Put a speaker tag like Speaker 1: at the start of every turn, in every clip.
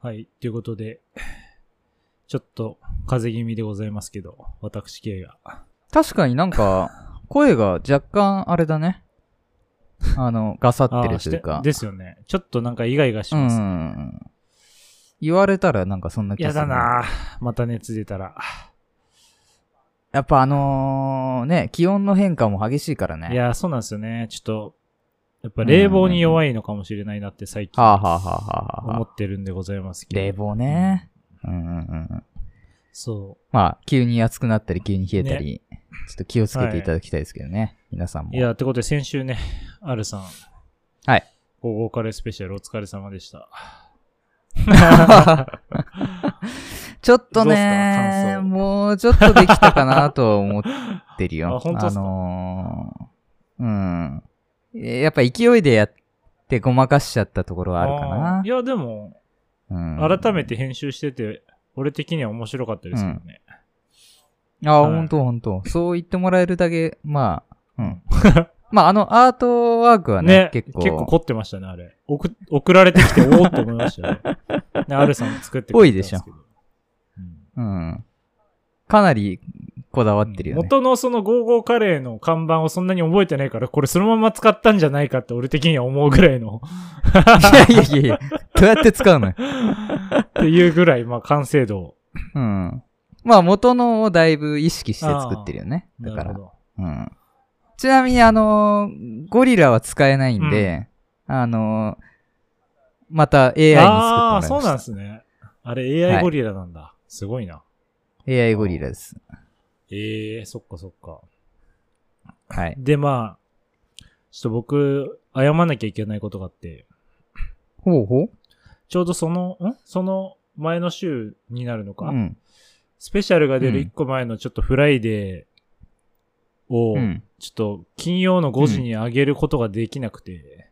Speaker 1: はい。ということで、ちょっと風邪気味でございますけど、私系が。
Speaker 2: 確かになんか、声が若干あれだね。あの、ガサって
Speaker 1: あー
Speaker 2: るという
Speaker 1: して
Speaker 2: か。
Speaker 1: ですよね。ちょっとなんかイガイガし
Speaker 2: う
Speaker 1: ますね。
Speaker 2: ん。言われたらなんかそんな気が
Speaker 1: や
Speaker 2: する。
Speaker 1: だなぁまた熱出たら。
Speaker 2: やっぱあのーね、気温の変化も激しいからね。
Speaker 1: いやー、そうなんですよね。ちょっと、やっぱ冷房に弱いのかもしれないなって最近
Speaker 2: はあ、はあはあはあは
Speaker 1: 思
Speaker 2: あ、
Speaker 1: ってるんでございますけど。
Speaker 2: 冷房ね。うんうんうん。
Speaker 1: そ
Speaker 2: まあ、急に暑くなったり、急に冷えたり、ちょっと気をつけていただきたいですけどね。皆さんも。
Speaker 1: う。いや、ってことで先週ね、R さん。
Speaker 2: はい。
Speaker 1: 午後カレースペシャルお疲れ様でした。
Speaker 2: ちょっと
Speaker 1: どうすか
Speaker 2: ね
Speaker 1: 感想
Speaker 2: もうちょっとできたかなとは思ってる よ。
Speaker 1: あ本当っすか
Speaker 2: のーうん。えやっぱ勢いでやってごまかしちゃったところはある
Speaker 1: ーい
Speaker 2: か
Speaker 1: や、でも、
Speaker 2: な。うん、
Speaker 1: 改めて編集してて、俺的には面白かったですけどね。
Speaker 2: あ、
Speaker 1: はい
Speaker 2: 本当本当。そう言ってもらえるだけ、まあ、 うん。まあ、あの、アートワークは
Speaker 1: ね、
Speaker 2: ね、結構、
Speaker 1: 凝ってましたね、あれ。送送られてきて、おおって思いましたよ、 ね。ね、R さん作ってくれたんですけど。
Speaker 2: 多うん。かなりこだわってるよね。
Speaker 1: 元のそのゴーゴーカレーの看板をそんなに覚えてないから、これそのまま使ったんじゃないかって俺的には思うぐらいの、
Speaker 2: いやいやいやいや、どうやって使うのよ。
Speaker 1: っていうぐらい、まあ完成度を。
Speaker 2: うん。まあ、元のをだいぶ意識して作ってるよね。だか
Speaker 1: なる
Speaker 2: ら
Speaker 1: ほ。ど。
Speaker 2: うん。ちなみに、あのーゴリラは使えないんで、あのーまた AI に作っ
Speaker 1: あ
Speaker 2: てもらい
Speaker 1: あ
Speaker 2: ま
Speaker 1: ー、
Speaker 2: し
Speaker 1: そうなんで
Speaker 2: た。
Speaker 1: すね。あれ AI
Speaker 2: はい
Speaker 1: ゴリラなんだ。すごいな。
Speaker 2: AI ゴリラです。
Speaker 1: ええー、そっかそっか。
Speaker 2: はい。
Speaker 1: で、まあ、ちょっと僕、謝んなきゃいけないことがあって、
Speaker 2: ほうほう
Speaker 1: ちょうどその、んその前の週になるのか、
Speaker 2: うん。
Speaker 1: スペシャルが出る
Speaker 2: うん
Speaker 1: 1個前のちょっとフライデーを、
Speaker 2: うん、
Speaker 1: ちょっと金曜の5時に上げることができなくて、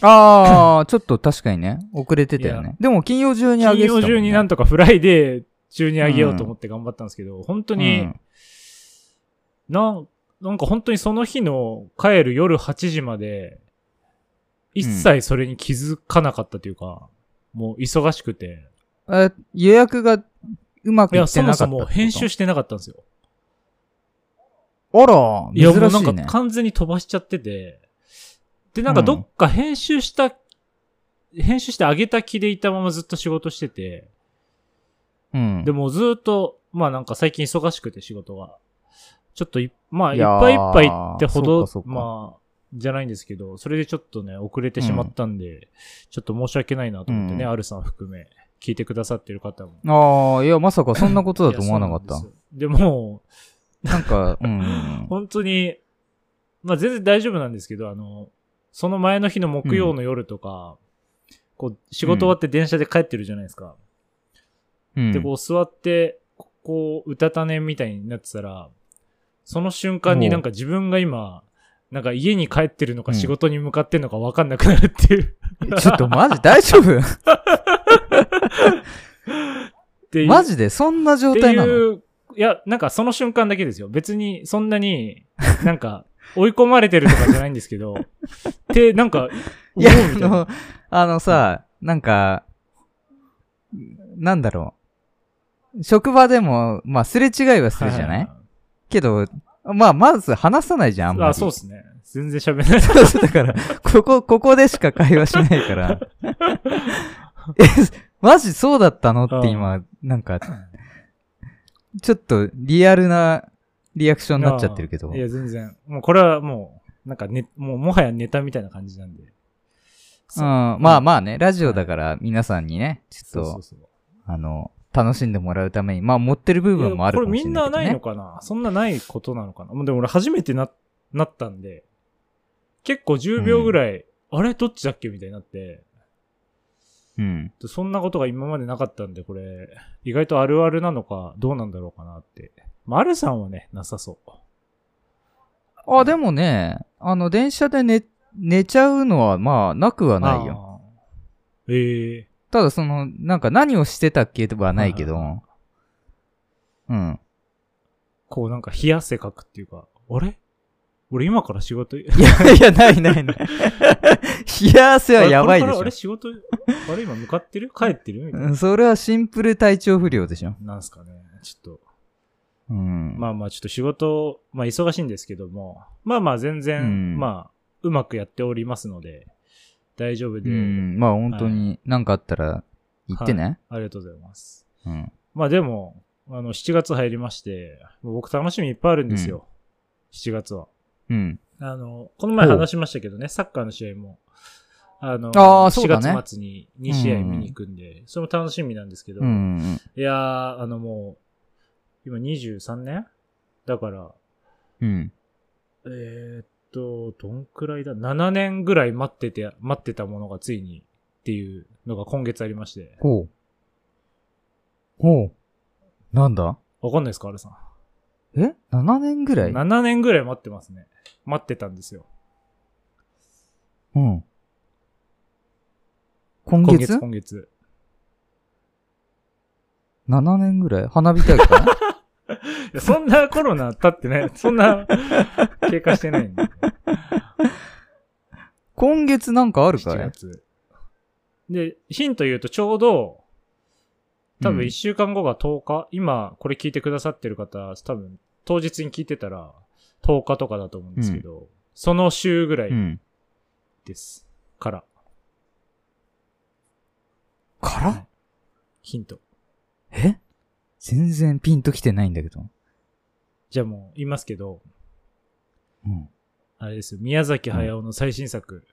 Speaker 2: あ あ、ちょっと確かにね、遅れてたよ
Speaker 1: いや
Speaker 2: ね。でも、金曜中に上
Speaker 1: 金
Speaker 2: げてた
Speaker 1: 曜
Speaker 2: もん、ね。
Speaker 1: 中になん
Speaker 2: と
Speaker 1: とかフライデー中に上げようと思って頑張ったんですけど、本当に、
Speaker 2: うん
Speaker 1: なん、なんか本当にその日の帰る夜8時まで、一切それに気づかなかったというか、もう忙しくて。
Speaker 2: え予約がうま
Speaker 1: い
Speaker 2: くい
Speaker 1: や、
Speaker 2: って
Speaker 1: そ
Speaker 2: なか
Speaker 1: も
Speaker 2: った
Speaker 1: そも
Speaker 2: ってこと
Speaker 1: 編集してなかったんですよ。
Speaker 2: あら、
Speaker 1: いや、もう
Speaker 2: 珍
Speaker 1: なん
Speaker 2: し
Speaker 1: か
Speaker 2: いね。
Speaker 1: 完全に飛ばしちゃってて、で、なんかどっか編集した、編集して上げた気でいたままずっと仕事してて、
Speaker 2: うん。
Speaker 1: でもずーっと、まあなんか最近忙しくて仕事が。ちょっとい、まあい
Speaker 2: い
Speaker 1: っ
Speaker 2: やー
Speaker 1: ぱいいっぱいってほど、
Speaker 2: そうかそうか
Speaker 1: まあ、じゃないんですけど、それでちょっとね、遅れてしまったんで、ちょっと申し訳ないなと思ってね、
Speaker 2: うん
Speaker 1: アルさん含め、聞いてくださってる方も。
Speaker 2: ああ、いや、まさかそんなことだと思わなかっ
Speaker 1: いや
Speaker 2: た
Speaker 1: そう。なんですでも、
Speaker 2: なんか、うん。
Speaker 1: 本当に、まあ全然大丈夫なんですけど、あの、その前の日の木曜の夜とか、こう、仕事終わって電車で帰ってるじゃないですか。
Speaker 2: う ん
Speaker 1: で、こう座って、ここう、うたた寝みたいになってたら、その瞬間になんか自分が今、なんか家に帰ってるのか
Speaker 2: うん
Speaker 1: 仕事に向かってるのか分かんなくなるっていう、
Speaker 2: ちょっとマジ大丈夫
Speaker 1: っていう。
Speaker 2: マジでそんな状態な
Speaker 1: って
Speaker 2: の
Speaker 1: いう、いや、なんかその瞬間だけですよ。別に、そんなに、なんか、追い込まれてるとかじゃないんですけど、 って、なんか、
Speaker 2: いや、
Speaker 1: 思う
Speaker 2: あ
Speaker 1: みたいな
Speaker 2: の、あのさ、なんか、なんだろう。職場でも、まあ、すれ違いはするじゃない、
Speaker 1: は
Speaker 2: けど、まあ、まず話さないじゃん、あんまり。
Speaker 1: あ、そうですね。全然喋れない。
Speaker 2: そう そうだから、ここ、ここでしか会話しない から。え、マジそうだったのって今、なんか、ちょっとリアルなリアクションになっちゃってるけど。
Speaker 1: いや、全然。もうこれはもう、なんかね、もうもはやネタみたいな感じなんで。
Speaker 2: うん、まあまあね、ラジオだから皆さんにね、ちょっと、
Speaker 1: そうそうそう。
Speaker 2: あの、楽しんでもらうために、まあ持ってる部分もある
Speaker 1: こ
Speaker 2: か
Speaker 1: れ
Speaker 2: も
Speaker 1: み
Speaker 2: しれ
Speaker 1: ん
Speaker 2: ない
Speaker 1: な
Speaker 2: けど、
Speaker 1: な
Speaker 2: ね。
Speaker 1: いのかなそんなないことなのかなもうでも俺初めてな、なったんで、結構10秒ぐらい、あれどっちだっけみたいになって、
Speaker 2: うん。
Speaker 1: そんなことが今までなかったんで、これ、意外とあるあるなのか、どうなんだろうかなって。まあ、るさんはね、なさそう。
Speaker 2: あ、でもね、あの、電車で寝、寝ちゃうのは、まあ、なくはないよ。
Speaker 1: よ。ええ
Speaker 2: ただ、その、なんか何をしてたっけとかはないけ
Speaker 1: はい
Speaker 2: ど、うん。
Speaker 1: こうなんか冷や汗かくっていうか、あれ俺今から仕事、
Speaker 2: いや、いや、ないないない。冷や汗はやばいで
Speaker 1: あれこれからあれ
Speaker 2: し
Speaker 1: 仕事、あれ今向かってる帰ってるみたい
Speaker 2: ょ。
Speaker 1: な。
Speaker 2: うんそれはシンプル体調不良でしょ。
Speaker 1: なんすかね。ちょっと、
Speaker 2: うん。
Speaker 1: まあまあちょっと仕事、まあ忙しいんですけども、まあまあ全然、
Speaker 2: うん
Speaker 1: まあ、うまくやっておりますので、大丈夫で、
Speaker 2: うん。まあ本当に、なんかあったら、言ってね。
Speaker 1: ありがとうございます。
Speaker 2: うん。
Speaker 1: まあでも、あの、7月入りまして、もう僕楽しみいっぱいあるんですよ。7月は。
Speaker 2: うん。
Speaker 1: あの、この前
Speaker 2: ほう
Speaker 1: 話しましたけどね、サッカーの試合も、あの、
Speaker 2: あーそうだね
Speaker 1: 4月末に2試合見に行くんで、それも楽しみなんですけど、
Speaker 2: うんうん。
Speaker 1: いやー、あのもう、今23年だから、
Speaker 2: うん。
Speaker 1: えーっと、どんくらいだ ?7 年ぐらい待ってて、待ってたものがついにっていうのが今月ありまして。
Speaker 2: ほう。ほう。なんだ
Speaker 1: わかんないですか、あれさん。
Speaker 2: え ?7 年ぐらい
Speaker 1: 7年ぐらい待ってますね。待ってたんですよ。
Speaker 2: うん。
Speaker 1: 今
Speaker 2: 今月
Speaker 1: 月、今月。
Speaker 2: ?7 年ぐらい花火大会
Speaker 1: いやそんなコロナ経ってね、そんな経過してないんで。
Speaker 2: 今月なんかあ るか
Speaker 1: 7
Speaker 2: い
Speaker 1: 月。で、ヒント言うとちょうど、多分
Speaker 2: うん
Speaker 1: 1週間後が10日、今これ聞いてくださってる方、多分当日に聞いてたら10日とかだと思うんですけど、その週ぐら
Speaker 2: う
Speaker 1: い
Speaker 2: ん。
Speaker 1: です。から、
Speaker 2: から
Speaker 1: ヒント。
Speaker 2: え全然ピンときてないんだけど。
Speaker 1: じゃあもう言いますけど、
Speaker 2: うん。
Speaker 1: あれですよ、宮崎駿の最新作。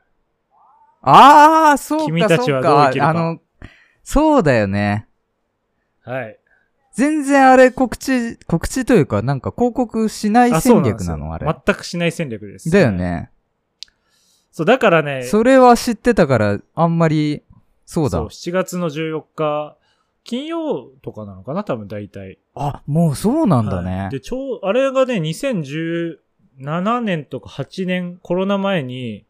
Speaker 2: ああ、そうか、
Speaker 1: 君たちはどう
Speaker 2: そう
Speaker 1: 生きるか
Speaker 2: あの、そうだよね。
Speaker 1: はい。
Speaker 2: 全然あれ告知、告知というか、なんか広告しない
Speaker 1: そう
Speaker 2: 戦
Speaker 1: んで
Speaker 2: 略
Speaker 1: すよ
Speaker 2: なのあれ。
Speaker 1: 全くしない戦略です。
Speaker 2: だよ
Speaker 1: はい。
Speaker 2: ね。
Speaker 1: そう、だからね、
Speaker 2: それは知ってたから、あんまり、そうだ。
Speaker 1: 7月の14日、金曜とかなのかな多分大体。
Speaker 2: あ、もうそうなんだ
Speaker 1: はい
Speaker 2: ね。
Speaker 1: で、ちょう、あれがね、2017年とか8年、コロナ前に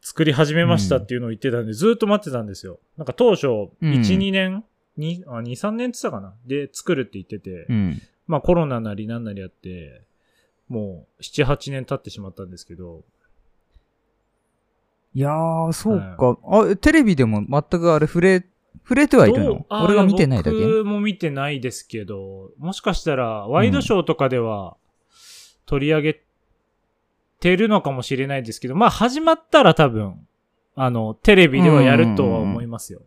Speaker 1: 作り始めましたっていうのを言ってたんで、ずーっと待ってたんですよ。なんか当初、1、
Speaker 2: うん
Speaker 1: 2年、2、あ、2、3年って言ってたかなで、作るって言ってて、
Speaker 2: うん。
Speaker 1: まあコロナなりなんなりあって、もう7、8年経ってしまったんですけど、
Speaker 2: いやー、そうか。あ、テレビでも全くあれ触れ、触れてはい
Speaker 1: ど
Speaker 2: るの
Speaker 1: うあ
Speaker 2: 俺が見てないだけ
Speaker 1: 僕も見てないですけど、もしかしたら、ワイドショーとかでは取り上げてるのかもしれないですけど、まあ始まったら多分、あの、テレビではやるとは思いますよ。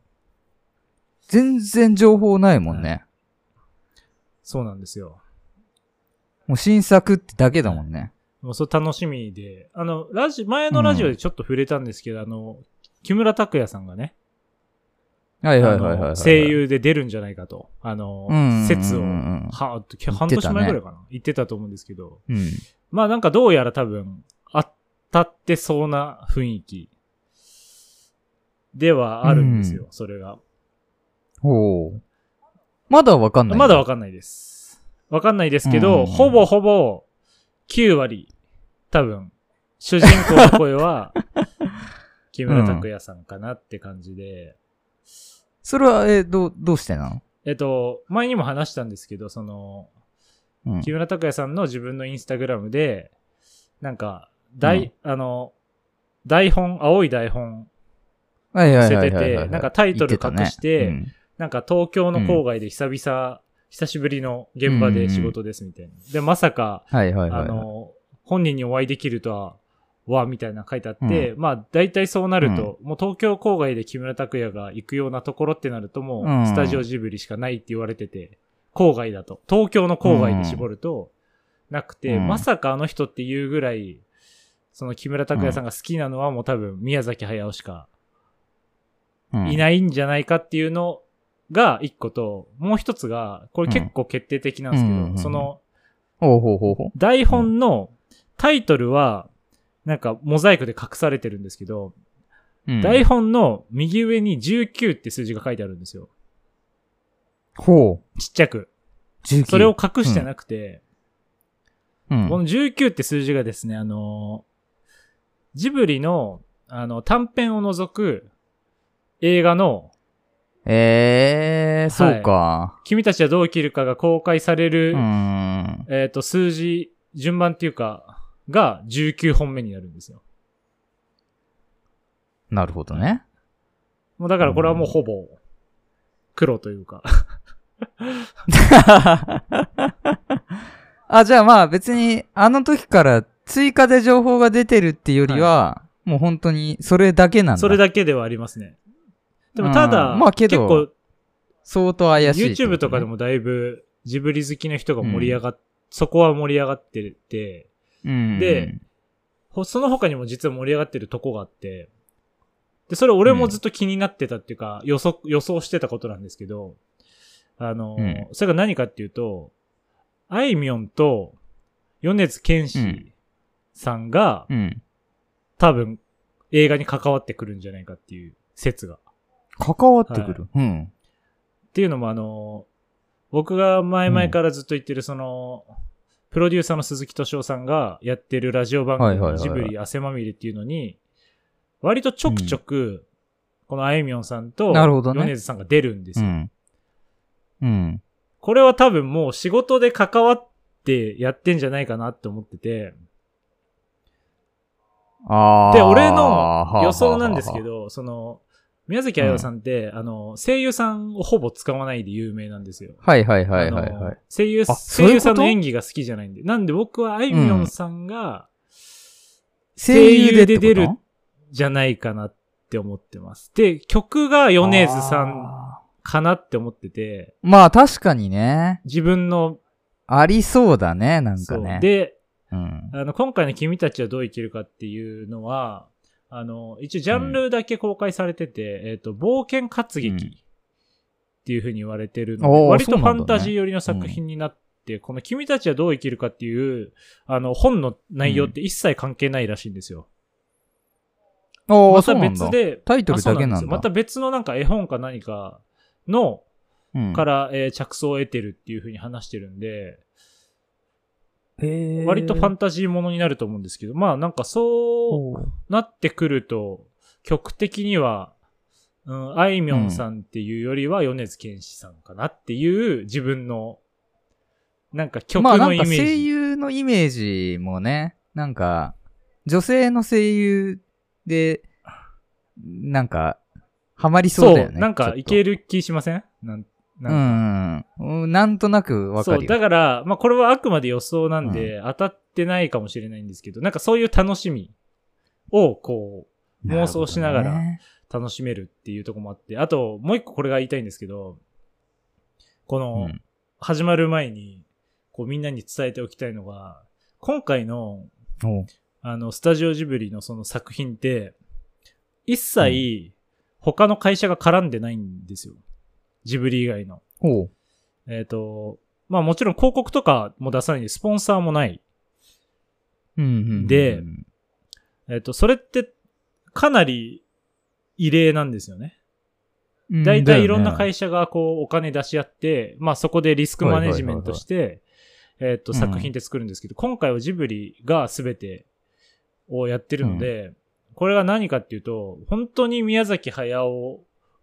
Speaker 2: 全然情報ないもんね。
Speaker 1: そうなんですよ。
Speaker 2: もう新作ってだけだもんね。
Speaker 1: もうそれ楽しみで、あの、ラジ、前のラジオでちょっと触れたんですけど、あの、木村拓哉さんがね、
Speaker 2: はいはいはいはい
Speaker 1: あ
Speaker 2: は
Speaker 1: の
Speaker 2: い。
Speaker 1: 声優で出るんじゃないかと、あの
Speaker 2: うんうんうんう、ん
Speaker 1: 説を、は、半年前ぐらいかな、言ってたと思うんですけど、
Speaker 2: うん。
Speaker 1: まあなんかどうやら多分、当たってそうな雰囲気ではあるんですよ、それが。
Speaker 2: ほう。まだわかんない。
Speaker 1: まだわかんないです。わかんないですけど、
Speaker 2: うん
Speaker 1: ほぼほぼ9割、多分、主人公の声 は、木村拓哉さんかなって感じで、
Speaker 2: それは、え、どう、どうしてなの
Speaker 1: えっと、前にも話したんですけど、その、
Speaker 2: うん
Speaker 1: 木。村拓哉さんの自分のインスタグラムで、なんか、大、あの、台本、青い台本
Speaker 2: はいはい
Speaker 1: 捨
Speaker 2: はい
Speaker 1: てて
Speaker 2: はい
Speaker 1: て
Speaker 2: はい。
Speaker 1: なんかタイトル隠して
Speaker 2: 言って
Speaker 1: なんか東京の郊外で久々、久しぶりの現場で仕事ですみたいな。で、まさか、
Speaker 2: たねうんはいはい
Speaker 1: あ
Speaker 2: はいはい。
Speaker 1: の、本人にお会いできるとは、わ、みたいな書いてあって、まあ大体そうなると、もう東京郊外で木村拓哉が行くようなところってなるとも
Speaker 2: う
Speaker 1: う、
Speaker 2: ん
Speaker 1: スタジオジブリしかないって言われてて、郊外だと。東京の郊外で絞ると、なくて、
Speaker 2: うん
Speaker 1: まさかあの人っていうぐらい、その木村拓哉さんが好きなのはもう多分宮崎駿しか
Speaker 2: うん
Speaker 1: いないんじゃないかっていうのが一個と、もう一つが、これ結構決定的なんですけど、
Speaker 2: うんうんうんうん
Speaker 1: その
Speaker 2: ほうほうほうほう。
Speaker 1: 台本のタイトルは、なんかモザイクで隠されてるんですけど、
Speaker 2: うん
Speaker 1: 台本の右上に19って数字が書いてあるんですよ。
Speaker 2: ほう。
Speaker 1: ちっちゃく。
Speaker 2: 19
Speaker 1: それを、隠してなくて、
Speaker 2: うん
Speaker 1: この19って数字がですね、あのージブリの、あの、短編を除く映画の、
Speaker 2: えー、そうか。
Speaker 1: 君たちはどう生きるかが公開される
Speaker 2: うーん。
Speaker 1: えっ、と、数字、順番っていうか、が19本目になるんですよ。
Speaker 2: なるほどね。
Speaker 1: もうだからこれはもうほぼ、黒というか。
Speaker 2: あ、じゃあまあ別に、あの時から追加で情報が出てるっていうよりは、もう本当にそれだけなんだ。
Speaker 1: それだけではありますね。でもただ、
Speaker 2: うんまあけ
Speaker 1: 結
Speaker 2: ど
Speaker 1: 構
Speaker 2: 相当怪しいってこ
Speaker 1: YouTube とかで
Speaker 2: ね。
Speaker 1: もだいぶジブリ好きな人が盛り上がっ、そこは盛り上がってて、
Speaker 2: うん、
Speaker 1: で、ほその他にも実は盛り上がってるとこがあって、で、それ俺もずっと気になってたっていうか、予測、予想してたことなんですけど、あの、
Speaker 2: うん
Speaker 1: それが何かっていうと、あいみょんと、米津玄師さんが、
Speaker 2: うん。
Speaker 1: 多分、映画に関わってくるんじゃないかっていう説が。
Speaker 2: 関わってくる。うん。
Speaker 1: っていうのもあの、僕が前々からずっと言ってるその、プロデューサーの鈴木敏夫さんがやってるラジオ番
Speaker 2: はいはいはい
Speaker 1: 組、
Speaker 2: は
Speaker 1: ジ
Speaker 2: い
Speaker 1: ブリ汗まみれっていうのに、割とちょくちょく、このあいみょんさんと、
Speaker 2: なるほどね
Speaker 1: 米津さんが出るんです
Speaker 2: う
Speaker 1: よ。
Speaker 2: ん。うん。
Speaker 1: これは多分もう仕事で関わってやってんじゃないかなって思ってて、
Speaker 2: あー
Speaker 1: で、俺の予想なんですけ。ど、その、宮崎駿さんって、あの、声優さんをほぼ使わないで有名なんですよ。
Speaker 2: はいはいはいはい
Speaker 1: あ
Speaker 2: は
Speaker 1: の
Speaker 2: い。
Speaker 1: 声優、
Speaker 2: あそう
Speaker 1: 声
Speaker 2: いうこと
Speaker 1: 優さんの演技が好きじゃないんで。なんで僕はあいみょんさんが、
Speaker 2: 声優
Speaker 1: 声
Speaker 2: で
Speaker 1: 優で出
Speaker 2: 出
Speaker 1: る
Speaker 2: る。
Speaker 1: じゃないかなって思ってます。で、曲が米津さん
Speaker 2: あ
Speaker 1: かなって思ってて、
Speaker 2: ー。まあ確かにね。
Speaker 1: 自分の、
Speaker 2: ありそうだね、なんか
Speaker 1: そう
Speaker 2: ね。
Speaker 1: で、
Speaker 2: うん。
Speaker 1: あの、今回の君たちはどう生きるかっていうのは、あの、一応ジャンルだけ公開されてて、えっ、と、冒険活劇
Speaker 2: うん
Speaker 1: っていう風に言われてるので、
Speaker 2: おー
Speaker 1: 割と
Speaker 2: そう
Speaker 1: フ
Speaker 2: な
Speaker 1: ァ
Speaker 2: んだね
Speaker 1: ンタジー寄りの作品になって、この君たちはどう生きるかっていう、あの、本の内容って一切関係ないらしいんですよ。
Speaker 2: ああ、
Speaker 1: ま
Speaker 2: そ
Speaker 1: た
Speaker 2: うなん
Speaker 1: 別
Speaker 2: だ。
Speaker 1: で、
Speaker 2: タイトルだけ
Speaker 1: あ
Speaker 2: な
Speaker 1: そうで
Speaker 2: ん
Speaker 1: すよま
Speaker 2: だ
Speaker 1: た。別のなんか絵本か何かの、
Speaker 2: うん
Speaker 1: から、えー着想を得てるっていう風に話してるんで、
Speaker 2: へー
Speaker 1: 割とファンタジーものになると思うんですけど、まあなんかそう、
Speaker 2: おう
Speaker 1: なってくると、曲的には、うん、あいみょんさんっていうよりは、米津玄師さんかなっていう自分の、なんか曲
Speaker 2: まあな
Speaker 1: のイ
Speaker 2: ん
Speaker 1: メ
Speaker 2: か
Speaker 1: ージ。
Speaker 2: 声優のイメージもね、なんか、女性の声優で、なんか、ハマりそうだよね。
Speaker 1: なん
Speaker 2: ちょ
Speaker 1: か
Speaker 2: っと
Speaker 1: いける気しませんなん、
Speaker 2: う
Speaker 1: なんか
Speaker 2: んうん。うんなんとなくわか
Speaker 1: そ
Speaker 2: る
Speaker 1: う、
Speaker 2: よ。
Speaker 1: だから、まあこれはあくまで予想なんで、当たってないかもしれないんですけど、なんかそういう楽しみを、こう、妄想しながら
Speaker 2: るほどね
Speaker 1: 楽しめるっていうところもあって、あと、もう一個これが言いたいんですけど、この、
Speaker 2: うん
Speaker 1: 始まる前に、こうみんなに伝えておきたいのが、今回の、
Speaker 2: おう
Speaker 1: あの、スタジオジブリのその作品って、一切、他の会社が絡んでないんですよ。ジブリ以外の。
Speaker 2: おう。
Speaker 1: えっ、と、まあもちろん広告とかも出さないんで、スポンサーもない。
Speaker 2: うんうんうん。
Speaker 1: でえっ、と、それって、かなり、異例なんですよね。
Speaker 2: うん、
Speaker 1: 大体いろんな
Speaker 2: 社。
Speaker 1: 会社がこうお金出し合って、まあそこでリスクマネジメントして、えーっと
Speaker 2: うん
Speaker 1: 作品って作るんですけど、今回はジブリが全てをやってるので、これが何かっていうと、本当に宮崎駿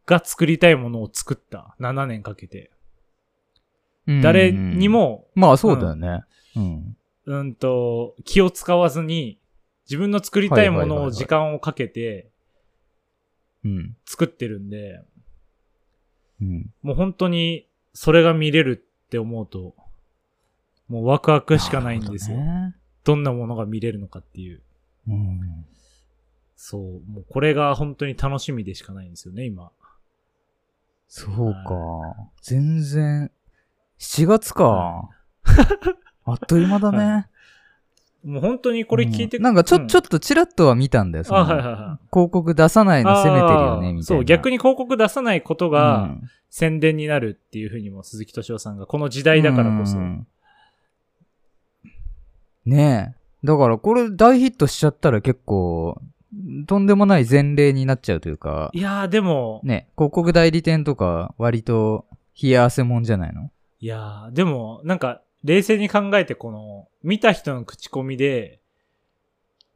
Speaker 1: が作りたいものを作った。7年かけて。
Speaker 2: うんうん
Speaker 1: 誰に。も、
Speaker 2: まあそうだよね。うん。
Speaker 1: うんと、気を使わずに、自分の作りたいも
Speaker 2: はいはい
Speaker 1: の
Speaker 2: はい
Speaker 1: を
Speaker 2: はい
Speaker 1: 時間をかけて
Speaker 2: うん。
Speaker 1: 作ってるんで、
Speaker 2: うん。
Speaker 1: もう本当にそれが見れるって思うと、もうワクワクしかないんですよ。ど
Speaker 2: なるほどね
Speaker 1: んなものが見れるのかっていう。
Speaker 2: うん。
Speaker 1: そう。もうこれが本当に楽しみでしかないんですよね、今。
Speaker 2: そうか
Speaker 1: は。
Speaker 2: 全然。7月か
Speaker 1: は。
Speaker 2: あっという間だね。
Speaker 1: もう本当にこれ聞いて、
Speaker 2: うんなんかち
Speaker 1: う
Speaker 2: ょ、
Speaker 1: ん
Speaker 2: ちょっとチラッとは見たんだよ。その
Speaker 1: あ、はいはいはい。
Speaker 2: 広告出さないの攻めてるよね、みたい
Speaker 1: あー
Speaker 2: な。
Speaker 1: そう、逆
Speaker 2: に
Speaker 1: に広告出さないことが宣伝になるっていうふうにも鈴木敏夫さんが、この時代だからこそ。
Speaker 2: ねえ。だからこれ大ヒットしちゃったら結構、とんでもない前例になっちゃうというか、
Speaker 1: いやーでも、
Speaker 2: ね、広告代理店とか割と冷や汗もんじゃないの
Speaker 1: いやーでも、なんか、冷静に考えて、この、見た人の口コミで、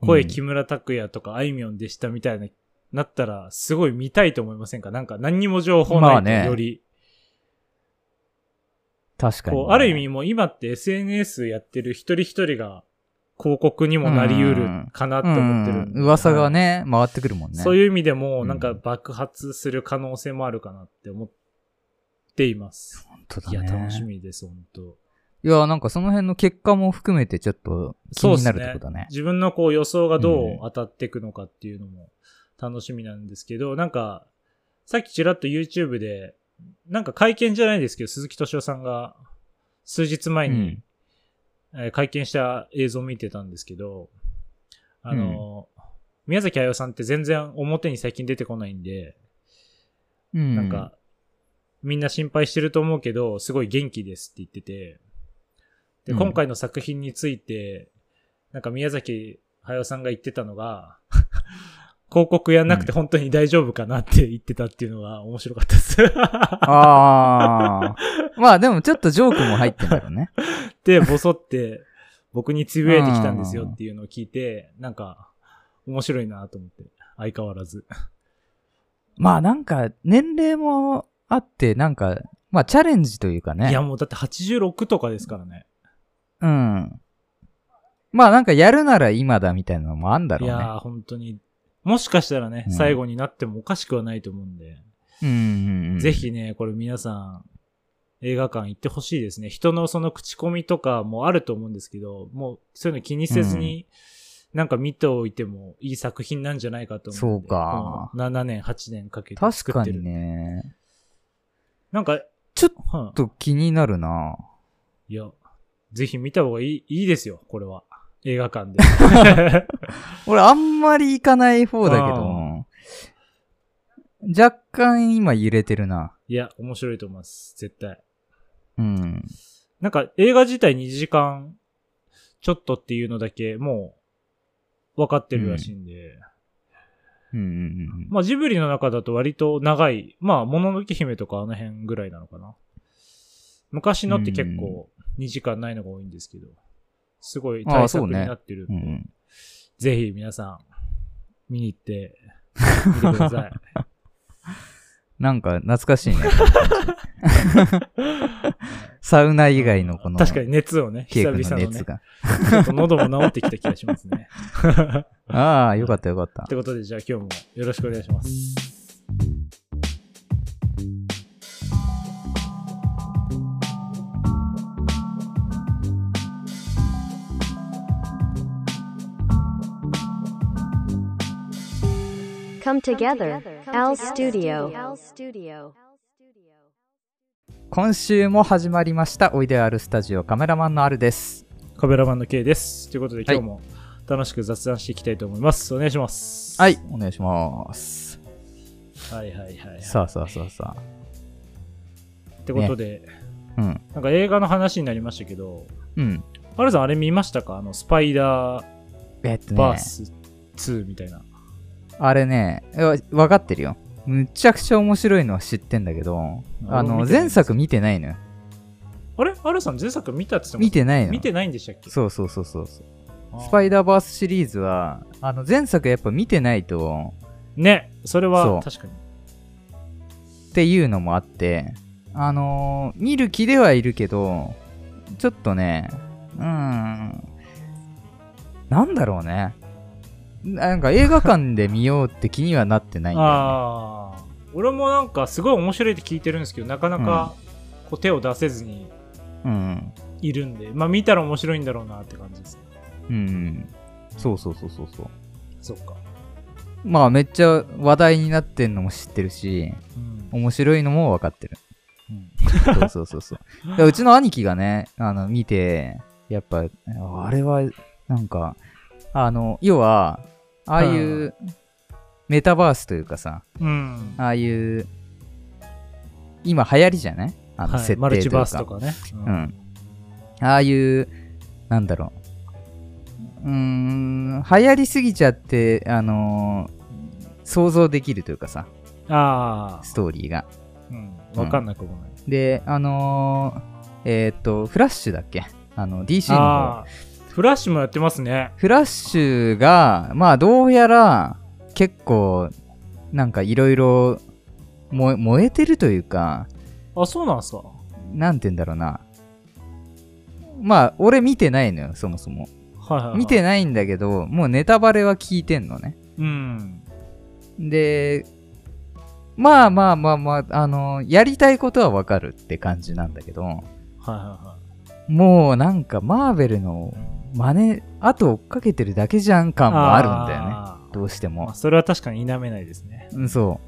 Speaker 1: 声木村拓哉とかあいみょんでしたみたいな、なったら、すごい見たいと思いませんかなんか何にも情報
Speaker 2: ま
Speaker 1: な
Speaker 2: あ
Speaker 1: いと
Speaker 2: ね
Speaker 1: より、
Speaker 2: 確かに。
Speaker 1: こう、ある意味もう今って SNS やってる一人一人が、広告にもなりうるかなって思ってる
Speaker 2: うんん
Speaker 1: で。
Speaker 2: 噂が
Speaker 1: は
Speaker 2: ね、回ってくるもん
Speaker 1: い。
Speaker 2: ね。
Speaker 1: そういう意味でも、
Speaker 2: うん
Speaker 1: なんか爆発する可能性もあるかなって思っています。
Speaker 2: 本当だ
Speaker 1: い
Speaker 2: ね
Speaker 1: や、楽しみです、本当
Speaker 2: いや、なんかその辺の結果も含めてちょっと気
Speaker 1: そう
Speaker 2: に
Speaker 1: で
Speaker 2: な
Speaker 1: す
Speaker 2: るって
Speaker 1: ね
Speaker 2: ことね。
Speaker 1: 自分のこう予想がどう当たっていくのかっていうのも楽しみなんですけど、なんか、さっきちらっと YouTube で、なんか会見じゃないですけど、鈴木敏夫さんが数日前に、
Speaker 2: うん
Speaker 1: えー会見した映像を見てたんですけど、あの、宮崎駿さんって全然表に最近出てこないんで、
Speaker 2: うん。
Speaker 1: なんか、みんな心配してると思うけど、すごい元気ですって言ってて、で、
Speaker 2: うん
Speaker 1: 今回の作品について、なんか宮崎駿さんが言ってたのが、 広告やんなくて本当に大丈夫かなって言ってたっていうのが面白かったです。
Speaker 2: ああ。 まあでもちょっとジョークも入ってんだろうね。
Speaker 1: で、ボソって僕につぶやいてきたんですよっていうのを聞いて、なんか面白いなと思って、相変わらず。
Speaker 2: まあなんか年齢もあって、なんか、まあチャレンジというかね。
Speaker 1: いや、もうだって86とかですからね。
Speaker 2: うん。まあなんかやるなら今だみたいなのもあんだ
Speaker 1: い
Speaker 2: ろうね。
Speaker 1: やー、本当に。もしかしたらね、
Speaker 2: うん
Speaker 1: 最後になってもおかしくはないと思うんで、
Speaker 2: うんうんうん。
Speaker 1: ぜ。ひね、これ皆さん、映画館行ってほしいですね。人のその口コミとかもあると思うんですけど、もうそういうの気にせずに、なんか見ておいてもいい作品なんじゃないかと思うんで。
Speaker 2: そうか
Speaker 1: この7年、8年かけて
Speaker 2: 確
Speaker 1: 作
Speaker 2: か
Speaker 1: ってる。
Speaker 2: にね。
Speaker 1: なんか、
Speaker 2: ちょっ
Speaker 1: うん
Speaker 2: と気になるない
Speaker 1: や、ぜひ見た方がいい、いいですよ、これは。映画 館で。
Speaker 2: 俺あんまり行かない方だけ
Speaker 1: あ
Speaker 2: ど。若干今揺れてるな。
Speaker 1: いや、面白いと思います、絶対。
Speaker 2: うん。
Speaker 1: なんか映画自体2時間ちょっとっていうのだけもう分かってるらしいんで、
Speaker 2: うんうんうんうん。
Speaker 1: まあジブリの中だと割と長い、まあもののけ姫とかあの辺ぐらいなのかな。昔のって結構2時間ないのが多いんですけど、すごい
Speaker 2: ああ
Speaker 1: 対
Speaker 2: そ
Speaker 1: 策
Speaker 2: う
Speaker 1: に
Speaker 2: ね
Speaker 1: なってるん
Speaker 2: う
Speaker 1: で、
Speaker 2: んうん
Speaker 1: ぜひ皆さん見に行って見てくだ さい。
Speaker 2: なんか懐 かしいね。サウナ以外のこの、
Speaker 1: 確かに熱をね、
Speaker 2: ケイ
Speaker 1: 久
Speaker 2: 君
Speaker 1: 々
Speaker 2: の
Speaker 1: のね
Speaker 2: 熱、が。
Speaker 1: ちょっと喉も治ってきた気がしますね。
Speaker 2: ああ、よかったよかった
Speaker 1: って。ことで、じゃあ今日もよろしくお願いします。
Speaker 3: Come together, Al Studio.
Speaker 4: Al
Speaker 2: 今週も始まりました、おいであるスタジオカメラマンのあるです。
Speaker 1: カメラマンの K です。ということで、
Speaker 2: は
Speaker 1: 今
Speaker 2: い
Speaker 1: 日も楽しく雑談していきたいと思います。お願いします。
Speaker 2: はい。、お願いします。
Speaker 1: はいはいはい、はい。
Speaker 2: さあさあさあさ
Speaker 1: ってことで、
Speaker 2: あ。うん。
Speaker 1: なんか映画の話になりましたけど、
Speaker 2: うん。
Speaker 1: ハルさん、あれ見ましたかあの、スパイダー
Speaker 2: えっと
Speaker 1: バー
Speaker 2: ね、
Speaker 1: ス2みたいな。
Speaker 2: あれね、いやわかってるよ。むちゃくちゃ面白いのは知ってんだけど、あ
Speaker 1: 俺も見てな
Speaker 2: の、
Speaker 1: い
Speaker 2: 前作見てないのよ。
Speaker 1: あれハルさん、前作見たって言って
Speaker 2: 見
Speaker 1: まして
Speaker 2: ない
Speaker 1: た見
Speaker 2: の。
Speaker 1: てないんでしたっけ
Speaker 2: そうそうそうそう。ス
Speaker 1: あー
Speaker 2: パイダーバースシリーズは、あの、前作やっぱ見てないと、
Speaker 1: ね、それ
Speaker 2: そ
Speaker 1: は
Speaker 2: う
Speaker 1: 確かに。
Speaker 2: っていうのもあって、あのー見る気ではいるけど、ちょっとね、うーん、なんだろうね。なんか映画館で見ようって気にはなってないんだよ、
Speaker 1: ああー、俺もなんかすごい面白いって聞いてるんですけど、なかなかこう手を出せずに
Speaker 2: ね。
Speaker 1: いるんで、まあ見たら面白いんだろうなって感じですね。
Speaker 2: うん。うん。そうそうそうそうそう。
Speaker 1: そっか。
Speaker 2: まあめっちゃ話題になってんのも知ってるし、
Speaker 1: うん。
Speaker 2: 面白いのも分かってる。
Speaker 1: うん
Speaker 2: そうそうそうそう。だからうちの兄貴がね、あの、見て、やっぱ、あれは、なんか、あの、要は、ああいう、メタバースというかさ、
Speaker 1: うん。
Speaker 2: ああいう、今流行りじゃないあの、
Speaker 1: はい
Speaker 2: 設定というか。
Speaker 1: マルチバースとかね。
Speaker 2: う。ん。ああいう、なんだろう。うーん、流行りすぎちゃって、あのー想像できるというかさ、
Speaker 1: ああ、
Speaker 2: ストーリーが。
Speaker 1: うん。わかんなくもない。
Speaker 2: で、あのーえーっと、フラッシュだっけあの、DC の方。
Speaker 1: ああ、フラッシュもやってますね。
Speaker 2: フラッシュが、まあどうやら結構なんかいろいろ燃燃えてるというか、
Speaker 1: あ、そうなんすか。
Speaker 2: なんて言うんだろうな。まあ俺見てないのよ、そもそも。
Speaker 1: はいはいはい。
Speaker 2: 見てないんだけど、もうネタバレは聞いてんのね。
Speaker 1: うん。
Speaker 2: で、まあまあまあまあ、あの、やりたいことはわかるって感じなんだけど、
Speaker 1: はいはいはい。
Speaker 2: もうなんかマーベルの真似、あと追っかけてるだけじゃん感もあるんだよね。
Speaker 1: よ
Speaker 2: どうして
Speaker 1: まあ、
Speaker 2: も。
Speaker 1: それは確かに否めないですね。
Speaker 2: うん、そ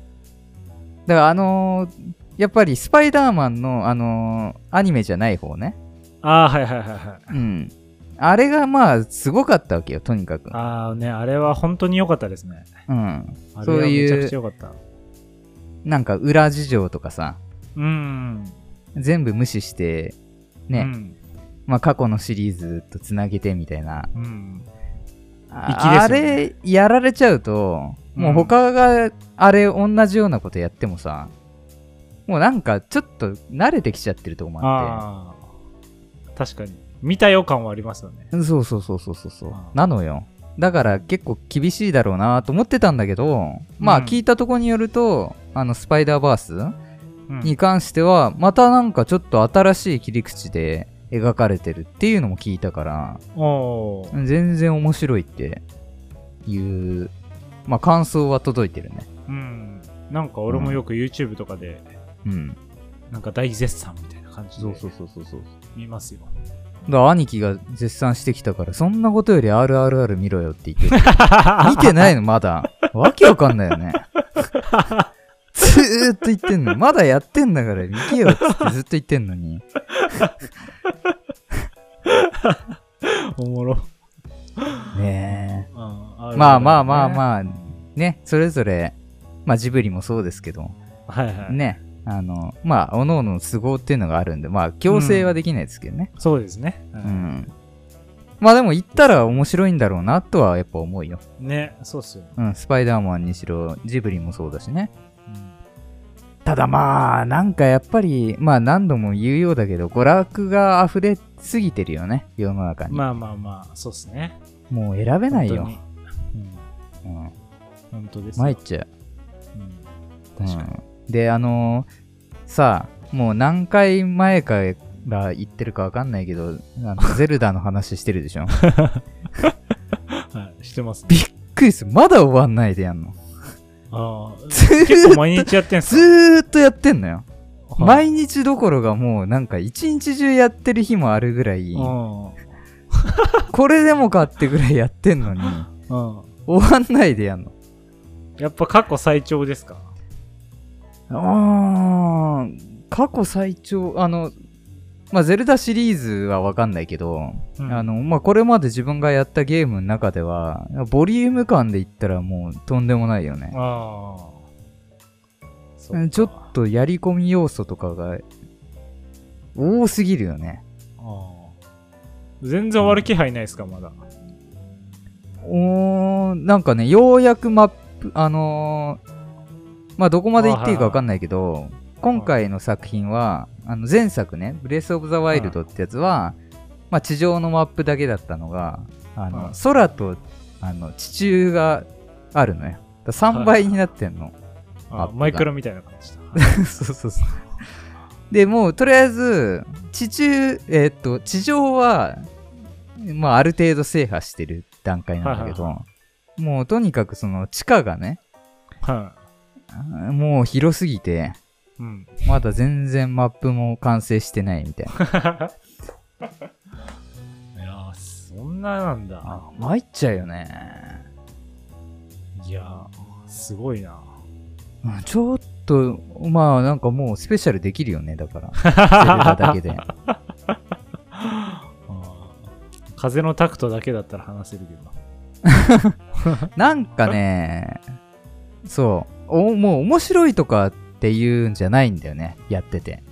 Speaker 2: う。だからあのーやっぱりスパイダーマンのあのーアニメじゃない方ね。
Speaker 1: ああ、はいはいはいはい。
Speaker 2: うん。あれがまあ、すごかったわけよ、とにかく。
Speaker 1: ああね、あれは本当に良かったですね。
Speaker 2: うん。
Speaker 1: あれ
Speaker 2: そう
Speaker 1: はめ
Speaker 2: いう
Speaker 1: ちゃくちゃ良かった。
Speaker 2: なんか裏事情とかさ、
Speaker 1: うん。
Speaker 2: 全部無視して、ね、
Speaker 1: うん。
Speaker 2: まあ過去のシリーズとつなげてみたいな。
Speaker 1: うん。
Speaker 2: ああ
Speaker 1: 粋ですよ
Speaker 2: れ、やられちゃうと、もう他があれ同じようなことやってもさ、もうなんかちょっと慣れてきちゃってるとこもあっ
Speaker 1: ああ。確かに。見た予感はありますよね。
Speaker 2: て。そうそうそうそうそうそう
Speaker 1: あ。ー
Speaker 2: なのよ。だから結構厳しいだろうなと思ってたんだけど、
Speaker 1: う
Speaker 2: まあ
Speaker 1: ん
Speaker 2: 聞いたとこによると、あのスパイダーバース、
Speaker 1: うん
Speaker 2: に関してはまたなんかちょっと新しい切り口で描かれてるっていうのも聞いたから
Speaker 1: おー
Speaker 2: 全然面白いっていう、まあ、感想は届いてるね
Speaker 1: うん。なんか俺もよく YouTube とかで、
Speaker 2: うん
Speaker 1: なんか大絶賛みたいな感じで
Speaker 2: うそうそうそう
Speaker 1: 見ますよ。
Speaker 2: だから兄貴が絶賛してきたからそんなことより RRR 見ろよって言って 見てないのまだわけわかんないよね ずーっと言ってんのまだやってんだから行けよっつってずっと言ってんのに
Speaker 1: おもろ。
Speaker 2: ねえ
Speaker 1: ま
Speaker 2: まあまあまあまあ、ね、それぞれ、まあジブリもそうですけど、
Speaker 1: あ。はいはい。
Speaker 2: ね、あの、まあ、おのおのの都合っていうのがあるんで、まあ、強制はできないですけどね。
Speaker 1: そうですね。う
Speaker 2: うん。まあでも、行ったら面白いんだろうなとはやっぱ思うよ。
Speaker 1: ね、そうっすよね。
Speaker 2: うん、スパイダーマンにしろ、ジブリもそうだしね。
Speaker 1: うん
Speaker 2: ただまあ、なんかやっぱり、まあ何度も言うようだけど、娯楽が溢れすぎてるよね、世の中に。
Speaker 1: まあまあまあ、そうっすね。
Speaker 2: もう選べないよ
Speaker 1: 本。当に。うん
Speaker 2: うん。
Speaker 1: 本当ですよ。
Speaker 2: 参っちゃう。
Speaker 1: うん確かに。
Speaker 2: うんであのーさあもう何回前から言ってるか分かんないけどあ のゼルダの話してるでしょびっ
Speaker 1: はい、してますね。
Speaker 2: くりするまだ終わんないでやんの
Speaker 1: ああ。
Speaker 2: ず
Speaker 1: 結
Speaker 2: ー
Speaker 1: 構
Speaker 2: っと
Speaker 1: 毎日やってんす
Speaker 2: ず
Speaker 1: か
Speaker 2: ーっとやってんのよ毎日どころがもうなんか一日中やってる日もあるぐらい
Speaker 1: うん。
Speaker 2: これでもかってぐらいやってんの に
Speaker 1: うん。
Speaker 2: 終わんないでやんの
Speaker 1: やっぱ過去最長ですか
Speaker 2: あー過去最長あのまあゼルダシリーズは分かんないけど
Speaker 1: うん
Speaker 2: あの、まあ、これまで自分がやったゲームの中では、ボリューム感で言ったらもうとんでもないよね。
Speaker 1: あ
Speaker 2: う
Speaker 1: あ。
Speaker 2: んちょっとやり込み要素とかが多すぎるよね。
Speaker 1: と。全然終わる気配ないですか、まだ。
Speaker 2: おーなんかね、ようやくマップ、あのーまあ、どこまで言っていいかわかんないけど、今回の作品は、あの前作ね、ブレス・オブ・ザ・ワイルドってやつは、まあ、地上のマップだけだったのが、あ
Speaker 1: うん
Speaker 2: の空とあの地中があるのよ。だ3倍になってんの。
Speaker 1: あ
Speaker 2: あ
Speaker 1: マイクロみたいな感じだ。
Speaker 2: そうそうそう。でもうとりあえず地中、えーっと地上は、まあ、ある程度制覇してる段階なんだけど、
Speaker 1: は
Speaker 2: もうとにかくその地下がね
Speaker 1: は
Speaker 2: あーもう広すぎて
Speaker 1: い。うん。
Speaker 2: まだ全然マップも完成してないみたいな
Speaker 1: いやーそんななんだ。
Speaker 2: あ参っちゃうよね、
Speaker 1: いやーすごいな。
Speaker 2: うんちょっとまあなんかもうスペシャルできるよねだから ゼルダだけで
Speaker 1: あー風のタクトだけだったら話せるけどな。
Speaker 2: なんかね、そう、おもう面白いとかっていうんじゃないんだよね、やってて。